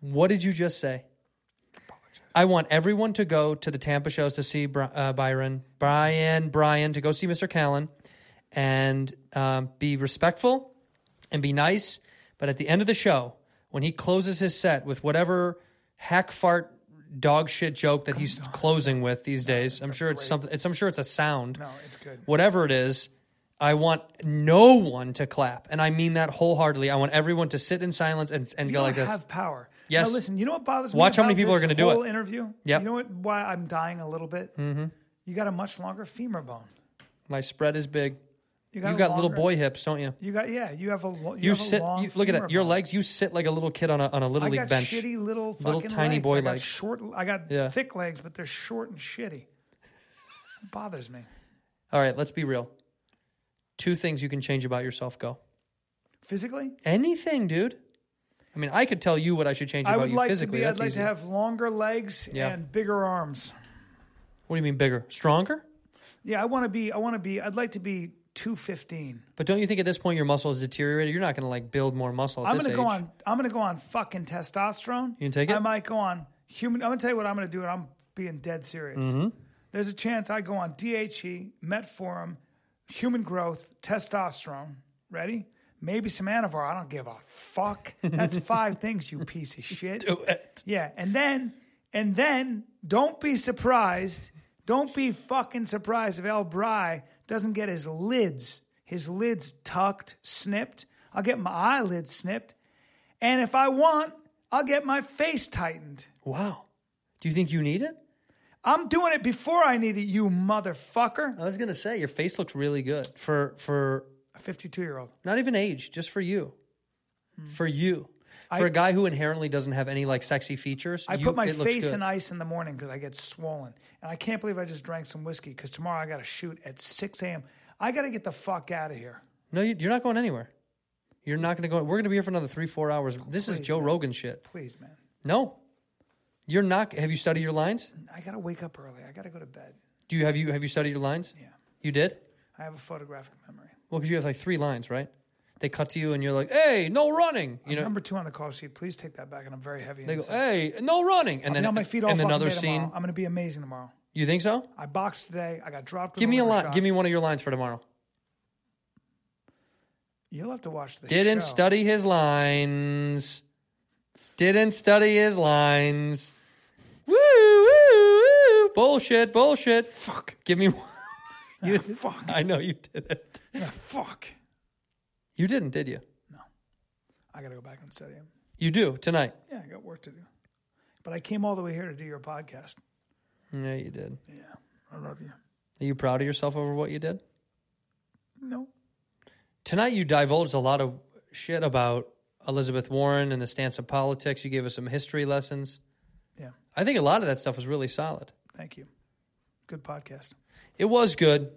[SPEAKER 1] What did you just say? I want everyone to go to the Tampa shows to see Bri- uh, Byron, Brian, Brian, to go see Mr. Callen and um, be respectful and be nice. But at the end of the show, when he closes his set with whatever hack fart dog shit joke that he's closing with these days, I'm sure it's something. It's, I'm sure it's a sound.
[SPEAKER 8] No, it's good.
[SPEAKER 1] Whatever it is, I want no one to clap, and I mean that wholeheartedly. I want everyone to sit in silence and and
[SPEAKER 8] You
[SPEAKER 1] go
[SPEAKER 8] don't
[SPEAKER 1] like this.
[SPEAKER 8] have power.
[SPEAKER 1] Yes.
[SPEAKER 8] Now listen, you know what bothers me?
[SPEAKER 1] Watch how many
[SPEAKER 8] about
[SPEAKER 1] people are
[SPEAKER 8] this
[SPEAKER 1] gonna do it.
[SPEAKER 8] whole Interview.
[SPEAKER 1] Yep.
[SPEAKER 8] You know what? Why I'm dying a little bit. Mm-hmm. You got a much longer femur bone.
[SPEAKER 1] My spread is big.
[SPEAKER 8] You
[SPEAKER 1] You
[SPEAKER 8] a
[SPEAKER 1] got little
[SPEAKER 8] longer-
[SPEAKER 1] boy hips, don't you?
[SPEAKER 8] You got yeah. You have a lo- you,
[SPEAKER 1] You
[SPEAKER 8] have
[SPEAKER 1] sit.
[SPEAKER 8] A long
[SPEAKER 1] You, look at
[SPEAKER 8] femur
[SPEAKER 1] it. Your
[SPEAKER 8] bone.
[SPEAKER 1] legs. You sit like a little kid on a on a little
[SPEAKER 8] I
[SPEAKER 1] league
[SPEAKER 8] got
[SPEAKER 1] bench.
[SPEAKER 8] shitty little fucking
[SPEAKER 1] Little tiny
[SPEAKER 8] legs.
[SPEAKER 1] boy
[SPEAKER 8] I got
[SPEAKER 1] legs.
[SPEAKER 8] Short. I got
[SPEAKER 1] Yeah.
[SPEAKER 8] thick legs, but they're short and shitty. It bothers me.
[SPEAKER 1] All right, let's be real. Two things you can change about yourself. Go
[SPEAKER 8] Physically,
[SPEAKER 1] anything, dude. I mean, I could tell you what I should change
[SPEAKER 8] I
[SPEAKER 1] about
[SPEAKER 8] would
[SPEAKER 1] you
[SPEAKER 8] like to
[SPEAKER 1] physically.
[SPEAKER 8] be. I'd
[SPEAKER 1] That's
[SPEAKER 8] like
[SPEAKER 1] easy.
[SPEAKER 8] to have longer legs
[SPEAKER 1] Yeah.
[SPEAKER 8] and bigger arms.
[SPEAKER 1] what do you mean bigger, stronger?
[SPEAKER 8] Yeah, I want to be. I want to be. I'd like to be two fifteen.
[SPEAKER 1] But don't you think at this point your muscle is deteriorated? You're not going to like build more muscle. At
[SPEAKER 8] I'm
[SPEAKER 1] this
[SPEAKER 8] gonna go
[SPEAKER 1] age.
[SPEAKER 8] on. I'm gonna go on fucking testosterone.
[SPEAKER 1] You gonna take it?
[SPEAKER 8] I might go on human. I'm gonna tell you what I'm gonna do, and I'm being dead serious.
[SPEAKER 1] Mm-hmm.
[SPEAKER 8] There's a chance I go on DHE, metformin, human growth, testosterone. Ready? Maybe some Anavar. I don't give a fuck.
[SPEAKER 1] (laughs)
[SPEAKER 8] That's five things, you piece of shit.
[SPEAKER 1] Do it.
[SPEAKER 8] Yeah, and then and then don't be surprised. Don't be fucking surprised if El Bry doesn't get his lids, his lids tucked, snipped. I'll get my eyelids snipped, and if I want, I'll get my face tightened.
[SPEAKER 1] Wow. Do you think you need it?
[SPEAKER 8] I'm doing it before I need it, you motherfucker.
[SPEAKER 1] I was going to say your face looks really good for for
[SPEAKER 8] A 52 year old.
[SPEAKER 1] not even age, just for you,
[SPEAKER 8] Hmm.
[SPEAKER 1] for you, for a guy who inherently doesn't have any like sexy features.
[SPEAKER 8] I
[SPEAKER 1] you-
[SPEAKER 8] put my
[SPEAKER 1] it looks
[SPEAKER 8] face
[SPEAKER 1] good.
[SPEAKER 8] in ice in the morning because I get swollen, and I can't believe I just drank some whiskey because tomorrow I got to shoot at 6 a.m. I got to get the fuck out of here.
[SPEAKER 1] No, you- you're not going anywhere. You're not going to go. We're going to be here for another three, four hours. This is Joe Rogan shit.
[SPEAKER 8] Please, man.
[SPEAKER 1] No, you're not. Have you studied your lines?
[SPEAKER 8] I gotta wake up early. I gotta go to bed.
[SPEAKER 1] Do you have you have you studied your lines? Yeah. You did.
[SPEAKER 8] I have a photographic memory.
[SPEAKER 1] Well, because you have like three lines, right? They cut to you, and you're like, "Hey, no running!" You know,
[SPEAKER 8] Number two on the call sheet. Please take that back. And I'm very heavy.
[SPEAKER 1] they go,
[SPEAKER 8] inside.
[SPEAKER 1] "Hey, no running!" And
[SPEAKER 8] I'll be
[SPEAKER 1] then
[SPEAKER 8] on my feet all
[SPEAKER 1] and then
[SPEAKER 8] fucking
[SPEAKER 1] another
[SPEAKER 8] day
[SPEAKER 1] scene.
[SPEAKER 8] tomorrow. I'm gonna be amazing tomorrow.
[SPEAKER 1] You think so?
[SPEAKER 8] I boxed today. I got dropped. with
[SPEAKER 1] Give me a
[SPEAKER 8] liver
[SPEAKER 1] line.
[SPEAKER 8] shot.
[SPEAKER 1] Give me one of your lines for tomorrow.
[SPEAKER 8] You'll have to watch this.
[SPEAKER 1] Didn't study his lines. Didn't study his lines. Woo, woo, woo. Bullshit, bullshit. (laughs) Fuck. Give me one.
[SPEAKER 8] You fuck.
[SPEAKER 1] (laughs) I know you did it.
[SPEAKER 8] Yeah, fuck.
[SPEAKER 1] You didn't, did you?
[SPEAKER 8] I gotta go back and study. him.
[SPEAKER 1] You do tonight.
[SPEAKER 8] Yeah, I got work to do. But I came all the way here to do your podcast.
[SPEAKER 1] Yeah, you did.
[SPEAKER 8] I love you.
[SPEAKER 1] Are you proud of yourself over what you did?
[SPEAKER 8] No.
[SPEAKER 1] Tonight you divulged a lot of shit about Elizabeth Warren and the stance of politics. You gave us some history lessons.
[SPEAKER 8] Yeah.
[SPEAKER 1] I think a lot of that stuff was really solid.
[SPEAKER 8] Thank you. Good podcast.
[SPEAKER 1] It was good.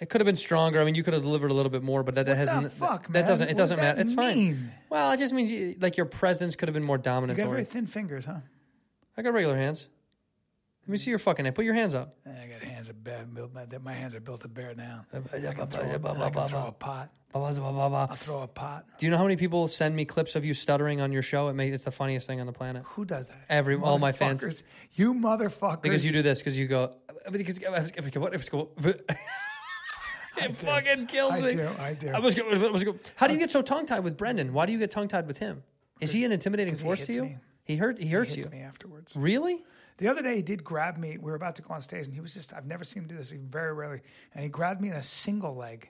[SPEAKER 1] It could have been stronger. I mean, you could have delivered a little bit more, but that, that has
[SPEAKER 8] the
[SPEAKER 1] n-
[SPEAKER 8] fuck,
[SPEAKER 1] that,
[SPEAKER 8] man?
[SPEAKER 1] that doesn't it
[SPEAKER 8] What
[SPEAKER 1] doesn't
[SPEAKER 8] does that
[SPEAKER 1] matter. It's fine.
[SPEAKER 8] mean?
[SPEAKER 1] Well, it just means you, like your presence could have been more
[SPEAKER 8] You got very
[SPEAKER 1] dominatory.
[SPEAKER 8] thin fingers, huh?
[SPEAKER 1] I got regular hands. Let me see your fucking hand. Put your hands up.
[SPEAKER 8] I got hands that bad. built- My my hands are built to bear down.
[SPEAKER 1] Uh,
[SPEAKER 8] I can throw a
[SPEAKER 1] Do
[SPEAKER 8] pot. I'll throw a pot.
[SPEAKER 1] you know how many people send me clips of you stuttering on your show? It may, it's the funniest thing on the planet.
[SPEAKER 8] Who does that?
[SPEAKER 1] Every- all my fans.
[SPEAKER 8] Motherfuckers. You motherfuckers.
[SPEAKER 1] Because you do this, because you go. Because (laughs) it fucking kills
[SPEAKER 8] I
[SPEAKER 1] me.
[SPEAKER 8] do, I do.
[SPEAKER 1] I was go- I was go- How do you get so tongue tied with Brendan? Why do you get tongue tied with him? Is he an intimidating
[SPEAKER 8] 'cause he
[SPEAKER 1] force to
[SPEAKER 8] hits
[SPEAKER 1] you?
[SPEAKER 8] me.
[SPEAKER 1] He hurt. He
[SPEAKER 8] He
[SPEAKER 1] hurts
[SPEAKER 8] hits
[SPEAKER 1] you.
[SPEAKER 8] me afterwards.
[SPEAKER 1] Really?
[SPEAKER 8] The other day, he did grab me. We were about to go on stage, and he was just—I've never seen him do this. He very rarely, and he grabbed me in a single leg.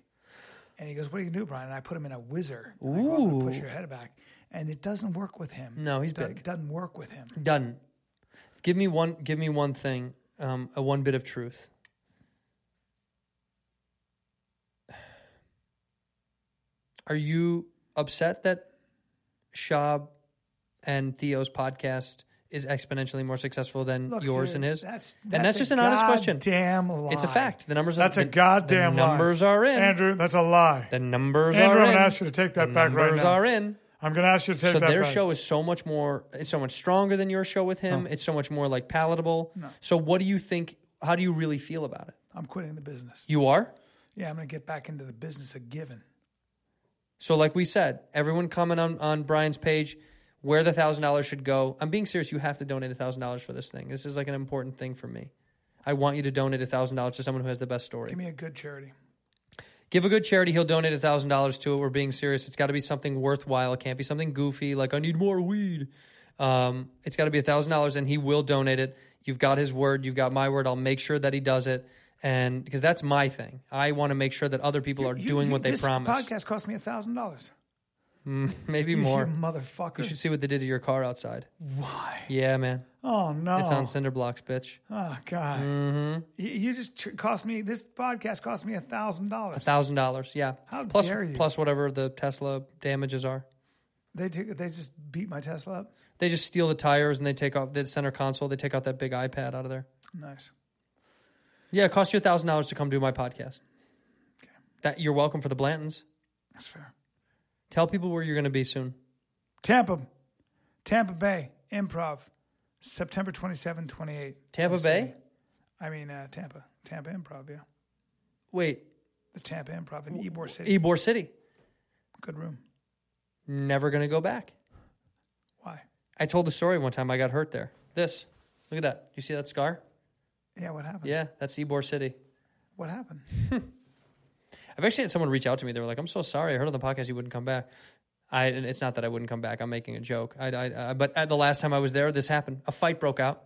[SPEAKER 8] And he goes, "What do you do, Brian?" And I put him in a whizzer. And I go, "I'm gonna push your head back, and it doesn't work with him.
[SPEAKER 1] No, he's
[SPEAKER 8] It doesn't,
[SPEAKER 1] big.
[SPEAKER 8] Doesn't work with him.
[SPEAKER 1] Done. Give me one. Give me one thing. Um, a one bit of truth. Are you upset that Shab and Theo's podcast is exponentially more successful than
[SPEAKER 8] Look,
[SPEAKER 1] yours
[SPEAKER 8] dude,
[SPEAKER 1] and his?
[SPEAKER 8] That's,
[SPEAKER 1] and that's
[SPEAKER 8] a
[SPEAKER 1] just an honest question.
[SPEAKER 8] Damn lie.
[SPEAKER 1] It's a fact. The numbers.
[SPEAKER 8] That's
[SPEAKER 1] are,
[SPEAKER 8] a
[SPEAKER 1] the-
[SPEAKER 8] goddamn
[SPEAKER 1] The
[SPEAKER 8] lie.
[SPEAKER 1] numbers are in.
[SPEAKER 8] Andrew, that's a lie.
[SPEAKER 1] The numbers
[SPEAKER 8] Andrew,
[SPEAKER 1] are
[SPEAKER 8] I'm
[SPEAKER 1] in.
[SPEAKER 8] gonna ask you to take that
[SPEAKER 1] the
[SPEAKER 8] back right
[SPEAKER 1] Numbers
[SPEAKER 8] now.
[SPEAKER 1] are in.
[SPEAKER 8] I'm going to ask you to take
[SPEAKER 1] So
[SPEAKER 8] that
[SPEAKER 1] their
[SPEAKER 8] back.
[SPEAKER 1] show is so much more. It's so much stronger than your show with him. It's so much more like palatable. So what do you think? How do you really feel about it?
[SPEAKER 8] I'm quitting the business.
[SPEAKER 1] You are.
[SPEAKER 8] Yeah, I'm going to get back into the business of giving.
[SPEAKER 1] So like we said, everyone comment on on Brian's page where the thousand dollars should go. I'm being serious. You have to donate a thousand dollars for this thing. This is like an important thing for me. I want you to donate a thousand dollars to someone who has the best story.
[SPEAKER 8] Give me a good charity.
[SPEAKER 1] give a good charity. He'll donate a thousand dollars to it. We're being serious. It's got to be something worthwhile. It can't be something goofy like I need more weed. Um, it's got to be a thousand dollars, and he will donate it. You've got his word. You've got my word. I'll make sure that he does it, and because that's my thing. I want to make sure that other people are
[SPEAKER 8] You-
[SPEAKER 1] doing
[SPEAKER 8] you-
[SPEAKER 1] what they
[SPEAKER 8] this
[SPEAKER 1] promise.
[SPEAKER 8] podcast cost me $1,000.
[SPEAKER 1] (laughs) Maybe
[SPEAKER 8] You (laughs)
[SPEAKER 1] more.
[SPEAKER 8] motherfucker.
[SPEAKER 1] You should see what they did to your car
[SPEAKER 8] (laughs)
[SPEAKER 1] outside.
[SPEAKER 8] Why?
[SPEAKER 1] Yeah, man.
[SPEAKER 8] Oh no!
[SPEAKER 1] It's on cinder blocks, bitch.
[SPEAKER 8] Oh god!
[SPEAKER 1] Mm-hmm.
[SPEAKER 8] You, you just tr- cost me. This podcast cost me a thousand dollars.
[SPEAKER 1] Thousand dollars. Yeah.
[SPEAKER 8] How
[SPEAKER 1] Plus-
[SPEAKER 8] dare you.
[SPEAKER 1] Plus whatever the Tesla damages are.
[SPEAKER 8] They took. They just beat my Tesla up.
[SPEAKER 1] They just steal the tires and they take off the center console. They take out that big iPad out of there.
[SPEAKER 8] Nice.
[SPEAKER 1] Yeah, it cost you a thousand dollars to come do my podcast. That you're welcome for the Blantons.
[SPEAKER 8] That's fair.
[SPEAKER 1] Tell people where you're going to be soon.
[SPEAKER 8] Tampa, Tampa Bay Improv, September 27, 28.
[SPEAKER 1] Tampa
[SPEAKER 8] We'll
[SPEAKER 1] Bay.
[SPEAKER 8] see. I mean uh, Tampa, Tampa Improv. Yeah,
[SPEAKER 1] Wait,
[SPEAKER 8] the Tampa Improv in Ybor City.
[SPEAKER 1] Ybor City.
[SPEAKER 8] Good room.
[SPEAKER 1] Never going to go back.
[SPEAKER 8] Why?
[SPEAKER 1] I told the story one time. I got hurt there. This. Look at that. You see that scar?
[SPEAKER 8] Yeah. What happened?
[SPEAKER 1] Yeah, that's Ybor City.
[SPEAKER 8] What happened?
[SPEAKER 1] I've actually had someone reach out to me. They were like, "I'm so sorry. I heard on the podcast you wouldn't come back." I and it's not that I wouldn't come back. I'm making a joke. I, I, I but at the last time I was there, this happened. A fight broke out.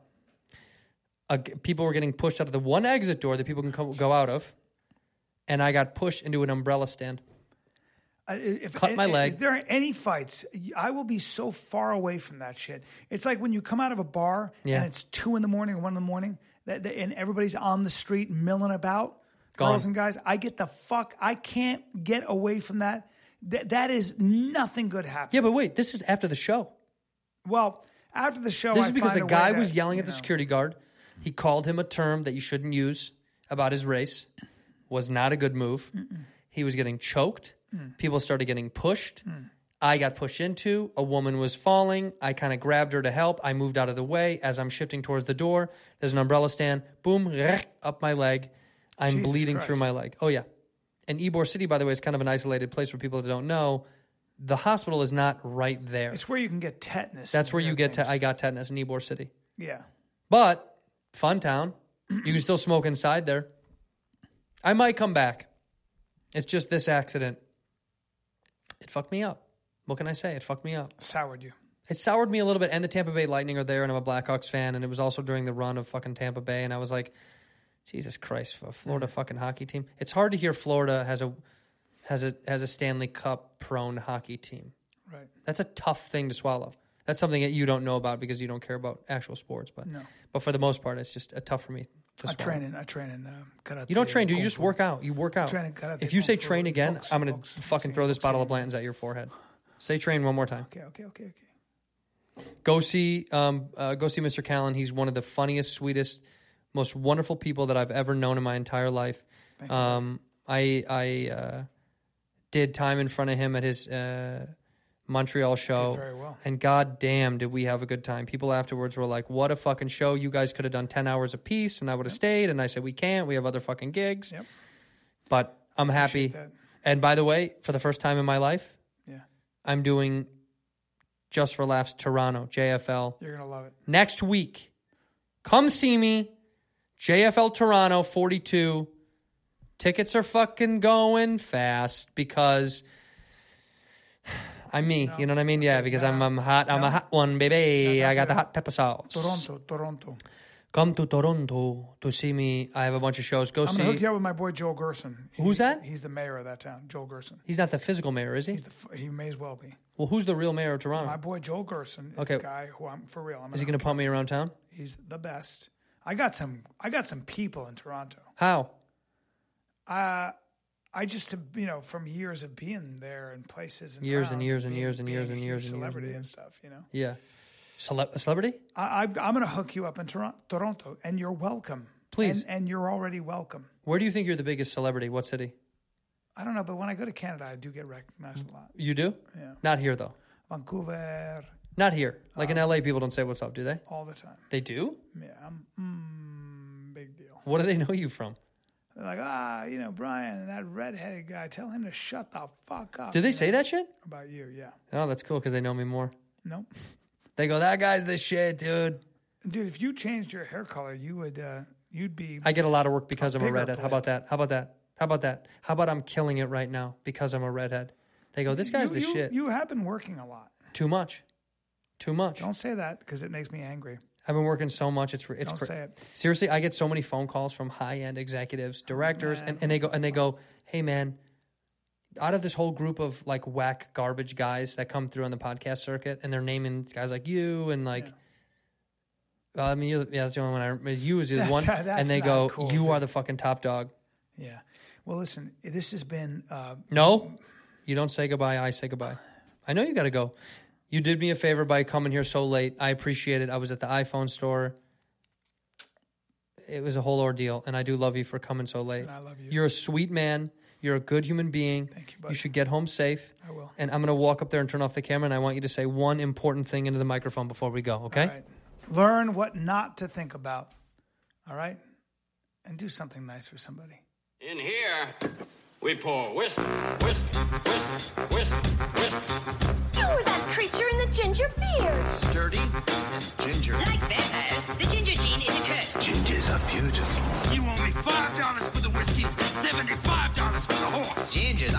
[SPEAKER 1] A g people were getting pushed out of the one exit door that people can come, go out of, and I got pushed into an umbrella stand.
[SPEAKER 8] I- if,
[SPEAKER 1] Cut my
[SPEAKER 8] if-
[SPEAKER 1] leg.
[SPEAKER 8] If there are any fights, I will be so far away from that shit. It's like when you come out of a bar
[SPEAKER 1] Yeah.
[SPEAKER 8] and it's two in the morning or one in the morning, that, that- and everybody's on the street milling about, girls
[SPEAKER 1] Gone.
[SPEAKER 8] and guys. I get the fuck. I can't get away from that. That that is nothing good happens.
[SPEAKER 1] Yeah, but wait, this is after the show.
[SPEAKER 8] Well, after the show,
[SPEAKER 1] This
[SPEAKER 8] Oh, I
[SPEAKER 1] is because
[SPEAKER 8] find
[SPEAKER 1] a
[SPEAKER 8] way
[SPEAKER 1] guy
[SPEAKER 8] to,
[SPEAKER 1] was yelling at
[SPEAKER 8] you
[SPEAKER 1] the
[SPEAKER 8] know,
[SPEAKER 1] security guard. He called him a term that you shouldn't use about his race. Was not a good move. He was getting choked.
[SPEAKER 8] Mm.
[SPEAKER 1] People started getting pushed. I got pushed into. A woman was falling. I kind of grabbed her to help. I moved out of the way. As I'm shifting towards the door, there's an umbrella stand. Boom, rrrk, up my leg. I'm
[SPEAKER 8] Jesus
[SPEAKER 1] bleeding through
[SPEAKER 8] Christ.
[SPEAKER 1] my leg. Oh, yeah. And Ybor City, by the way, is kind of an isolated place for people that don't know. The hospital is not right there.
[SPEAKER 8] It's where you can get tetanus.
[SPEAKER 1] That's
[SPEAKER 8] and
[SPEAKER 1] where you
[SPEAKER 8] other
[SPEAKER 1] get
[SPEAKER 8] things.
[SPEAKER 1] to. I got tetanus in Ybor City.
[SPEAKER 8] yeah.
[SPEAKER 1] But fun town. You can still smoke inside there. I might come back. It's just this accident. It fucked me up. What can I say? It fucked me up.
[SPEAKER 8] Soured you.
[SPEAKER 1] It soured me a little bit. And the Tampa Bay Lightning are there, and I'm a Blackhawks fan. And it was also during the run of fucking Tampa Bay. And I was like, Jesus Christ, a Florida fucking hockey team. It's hard to hear Florida has a has a has a Stanley Cup prone hockey team.
[SPEAKER 8] Right.
[SPEAKER 1] That's a tough thing to swallow. That's something that you don't know about because you don't care about actual sports. But but for the most part, it's just uh, tough for me to
[SPEAKER 8] I
[SPEAKER 1] swallow.
[SPEAKER 8] train in. I train in. Um, karate
[SPEAKER 1] You don't train, dude. You
[SPEAKER 8] kung
[SPEAKER 1] just
[SPEAKER 8] fu.
[SPEAKER 1] work out. You work out.
[SPEAKER 8] Train in karate,
[SPEAKER 1] if you say
[SPEAKER 8] kung fu,
[SPEAKER 1] train again,
[SPEAKER 8] box,
[SPEAKER 1] I'm gonna
[SPEAKER 8] box,
[SPEAKER 1] fucking
[SPEAKER 8] boxing,
[SPEAKER 1] throw this bottle of
[SPEAKER 8] boxing.
[SPEAKER 1] Blanton's at your forehead. Say train one more time.
[SPEAKER 8] Okay. Okay. Okay. Okay.
[SPEAKER 1] Go see, um, uh, go see Mr. Callan. He's one of the funniest, sweetest, most wonderful people that I've ever known in my entire life. Um, I I uh, did time in front of him at his uh, Montreal show.
[SPEAKER 8] Did very well.
[SPEAKER 1] And goddamn, did we have a good time. People afterwards were like, "What a fucking show! You guys could have done ten hours apiece, and I would have stayed." And I said, "We can't. We have other fucking gigs."
[SPEAKER 8] Yep.
[SPEAKER 1] But I'm happy.
[SPEAKER 8] that.
[SPEAKER 1] And by the way, for the first time in my life,
[SPEAKER 8] Yeah.
[SPEAKER 1] I'm doing just for laughs Toronto JFL
[SPEAKER 8] You're gonna love it.
[SPEAKER 1] next week. Come see me, JFL Toronto 42. Tickets are fucking going fast because I'm me. you know what I mean? Yeah, because I'm, I'm hot. I'm a hot one, baby. I got the hot pepper sauce.
[SPEAKER 8] Toronto. Toronto.
[SPEAKER 1] Come to Toronto to see me. I have a bunch of shows. Go
[SPEAKER 8] I'm gonna hook
[SPEAKER 1] see.
[SPEAKER 8] you up with my boy Joel Gerson. He-
[SPEAKER 1] Who's that?
[SPEAKER 8] He's the mayor of that town. Joel Gerson.
[SPEAKER 1] He's not the physical mayor, is he?
[SPEAKER 8] F- He may as well be.
[SPEAKER 1] Well, who's the real mayor of Toronto?
[SPEAKER 8] My boy Joel Gerson is
[SPEAKER 1] Okay.
[SPEAKER 8] the guy who I'm for real. I'm
[SPEAKER 1] Is he going to pump me around town?
[SPEAKER 8] He's the best. I got some. I got some people in Toronto.
[SPEAKER 1] How?
[SPEAKER 8] I just uh, you know from years of being there in places and
[SPEAKER 1] Years and
[SPEAKER 8] around
[SPEAKER 1] years and
[SPEAKER 8] being-
[SPEAKER 1] years and
[SPEAKER 8] being
[SPEAKER 1] years
[SPEAKER 8] a
[SPEAKER 1] and years and years
[SPEAKER 8] huge
[SPEAKER 1] and
[SPEAKER 8] celebrity
[SPEAKER 1] years.
[SPEAKER 8] and stuff. You know,
[SPEAKER 1] Yeah. Cele- a celebrity?
[SPEAKER 8] I, I I'm going to hook you up in Toron- Toronto, and you're welcome.
[SPEAKER 1] Please.
[SPEAKER 8] and, and you're already welcome.
[SPEAKER 1] Where do you think you're the biggest celebrity? What city?
[SPEAKER 8] I don't know, but when I go to Canada, I do get recognized a lot.
[SPEAKER 1] You do? Yeah. Not here though.
[SPEAKER 8] Vancouver,
[SPEAKER 1] Not here. Like
[SPEAKER 8] Oh.
[SPEAKER 1] in LA, people don't say what's up, do they?
[SPEAKER 8] all the time.
[SPEAKER 1] They do.
[SPEAKER 8] Yeah, I'm mm, big deal.
[SPEAKER 1] What do they know you from?
[SPEAKER 8] They're like, ah, you know, Brian and that redheaded guy. Tell him to shut the fuck up.
[SPEAKER 1] Do they
[SPEAKER 8] you know,
[SPEAKER 1] say that shit?
[SPEAKER 8] about you? Yeah.
[SPEAKER 1] Oh, that's cool because they know me more.
[SPEAKER 8] Nope.
[SPEAKER 1] They go, "That guy's the shit, dude."
[SPEAKER 8] Dude, if you changed your hair color, you would uh, you'd be
[SPEAKER 1] I get a lot of work because I'm a
[SPEAKER 8] bigger
[SPEAKER 1] redhead. How about that? How about that? How about that? How about I'm killing it right now because I'm a redhead? They go, "This guy's the
[SPEAKER 8] you, you-
[SPEAKER 1] shit."
[SPEAKER 8] You have been working a lot.
[SPEAKER 1] Too much. Too much.
[SPEAKER 8] Don't say that because it makes me angry.
[SPEAKER 1] I've been working so much. It's it's
[SPEAKER 8] Don't
[SPEAKER 1] cra-
[SPEAKER 8] say it.
[SPEAKER 1] seriously. I get so many phone calls from high end executives, directors, and, and they go and they go, "Hey man, out of this whole group of like whack garbage guys that come through on the podcast circuit, and they're naming guys like you and like. Well, I mean, you're, yeah, that's the only one I remember. You is the
[SPEAKER 8] That's-
[SPEAKER 1] one,
[SPEAKER 8] that's
[SPEAKER 1] and they
[SPEAKER 8] not
[SPEAKER 1] go,
[SPEAKER 8] cool,
[SPEAKER 1] "You
[SPEAKER 8] dude."
[SPEAKER 1] are the fucking top dog."
[SPEAKER 8] Yeah. Well, listen, this has been uh,
[SPEAKER 1] No, you don't say goodbye. I say goodbye. I know you got to go. You did me a favor by coming here so late. I appreciate it. I was at the iPhone store. It was a whole ordeal, and I do love you for coming so late.
[SPEAKER 8] I love you.
[SPEAKER 1] You're a sweet man. You're a good human being. Thank
[SPEAKER 8] you, bud.
[SPEAKER 1] You should get home safe.
[SPEAKER 8] I will.
[SPEAKER 1] And I'm going to walk up there and turn off the camera, and I want you to say one important thing into the microphone before we go. Okay?
[SPEAKER 8] all right, learn what not to think about. All right, and do something nice for somebody.
[SPEAKER 2] In here, we pour whiskey, whiskey, whiskey, whiskey, whiskey.
[SPEAKER 3] You were that creature in the ginger beard.
[SPEAKER 4] Sturdy and ginger.
[SPEAKER 5] Like vampires, the ginger gene is a curse.
[SPEAKER 4] Gingers are beautiful.
[SPEAKER 6] You owe me $5 for the whiskey and $75 for the horse.
[SPEAKER 5] Gingers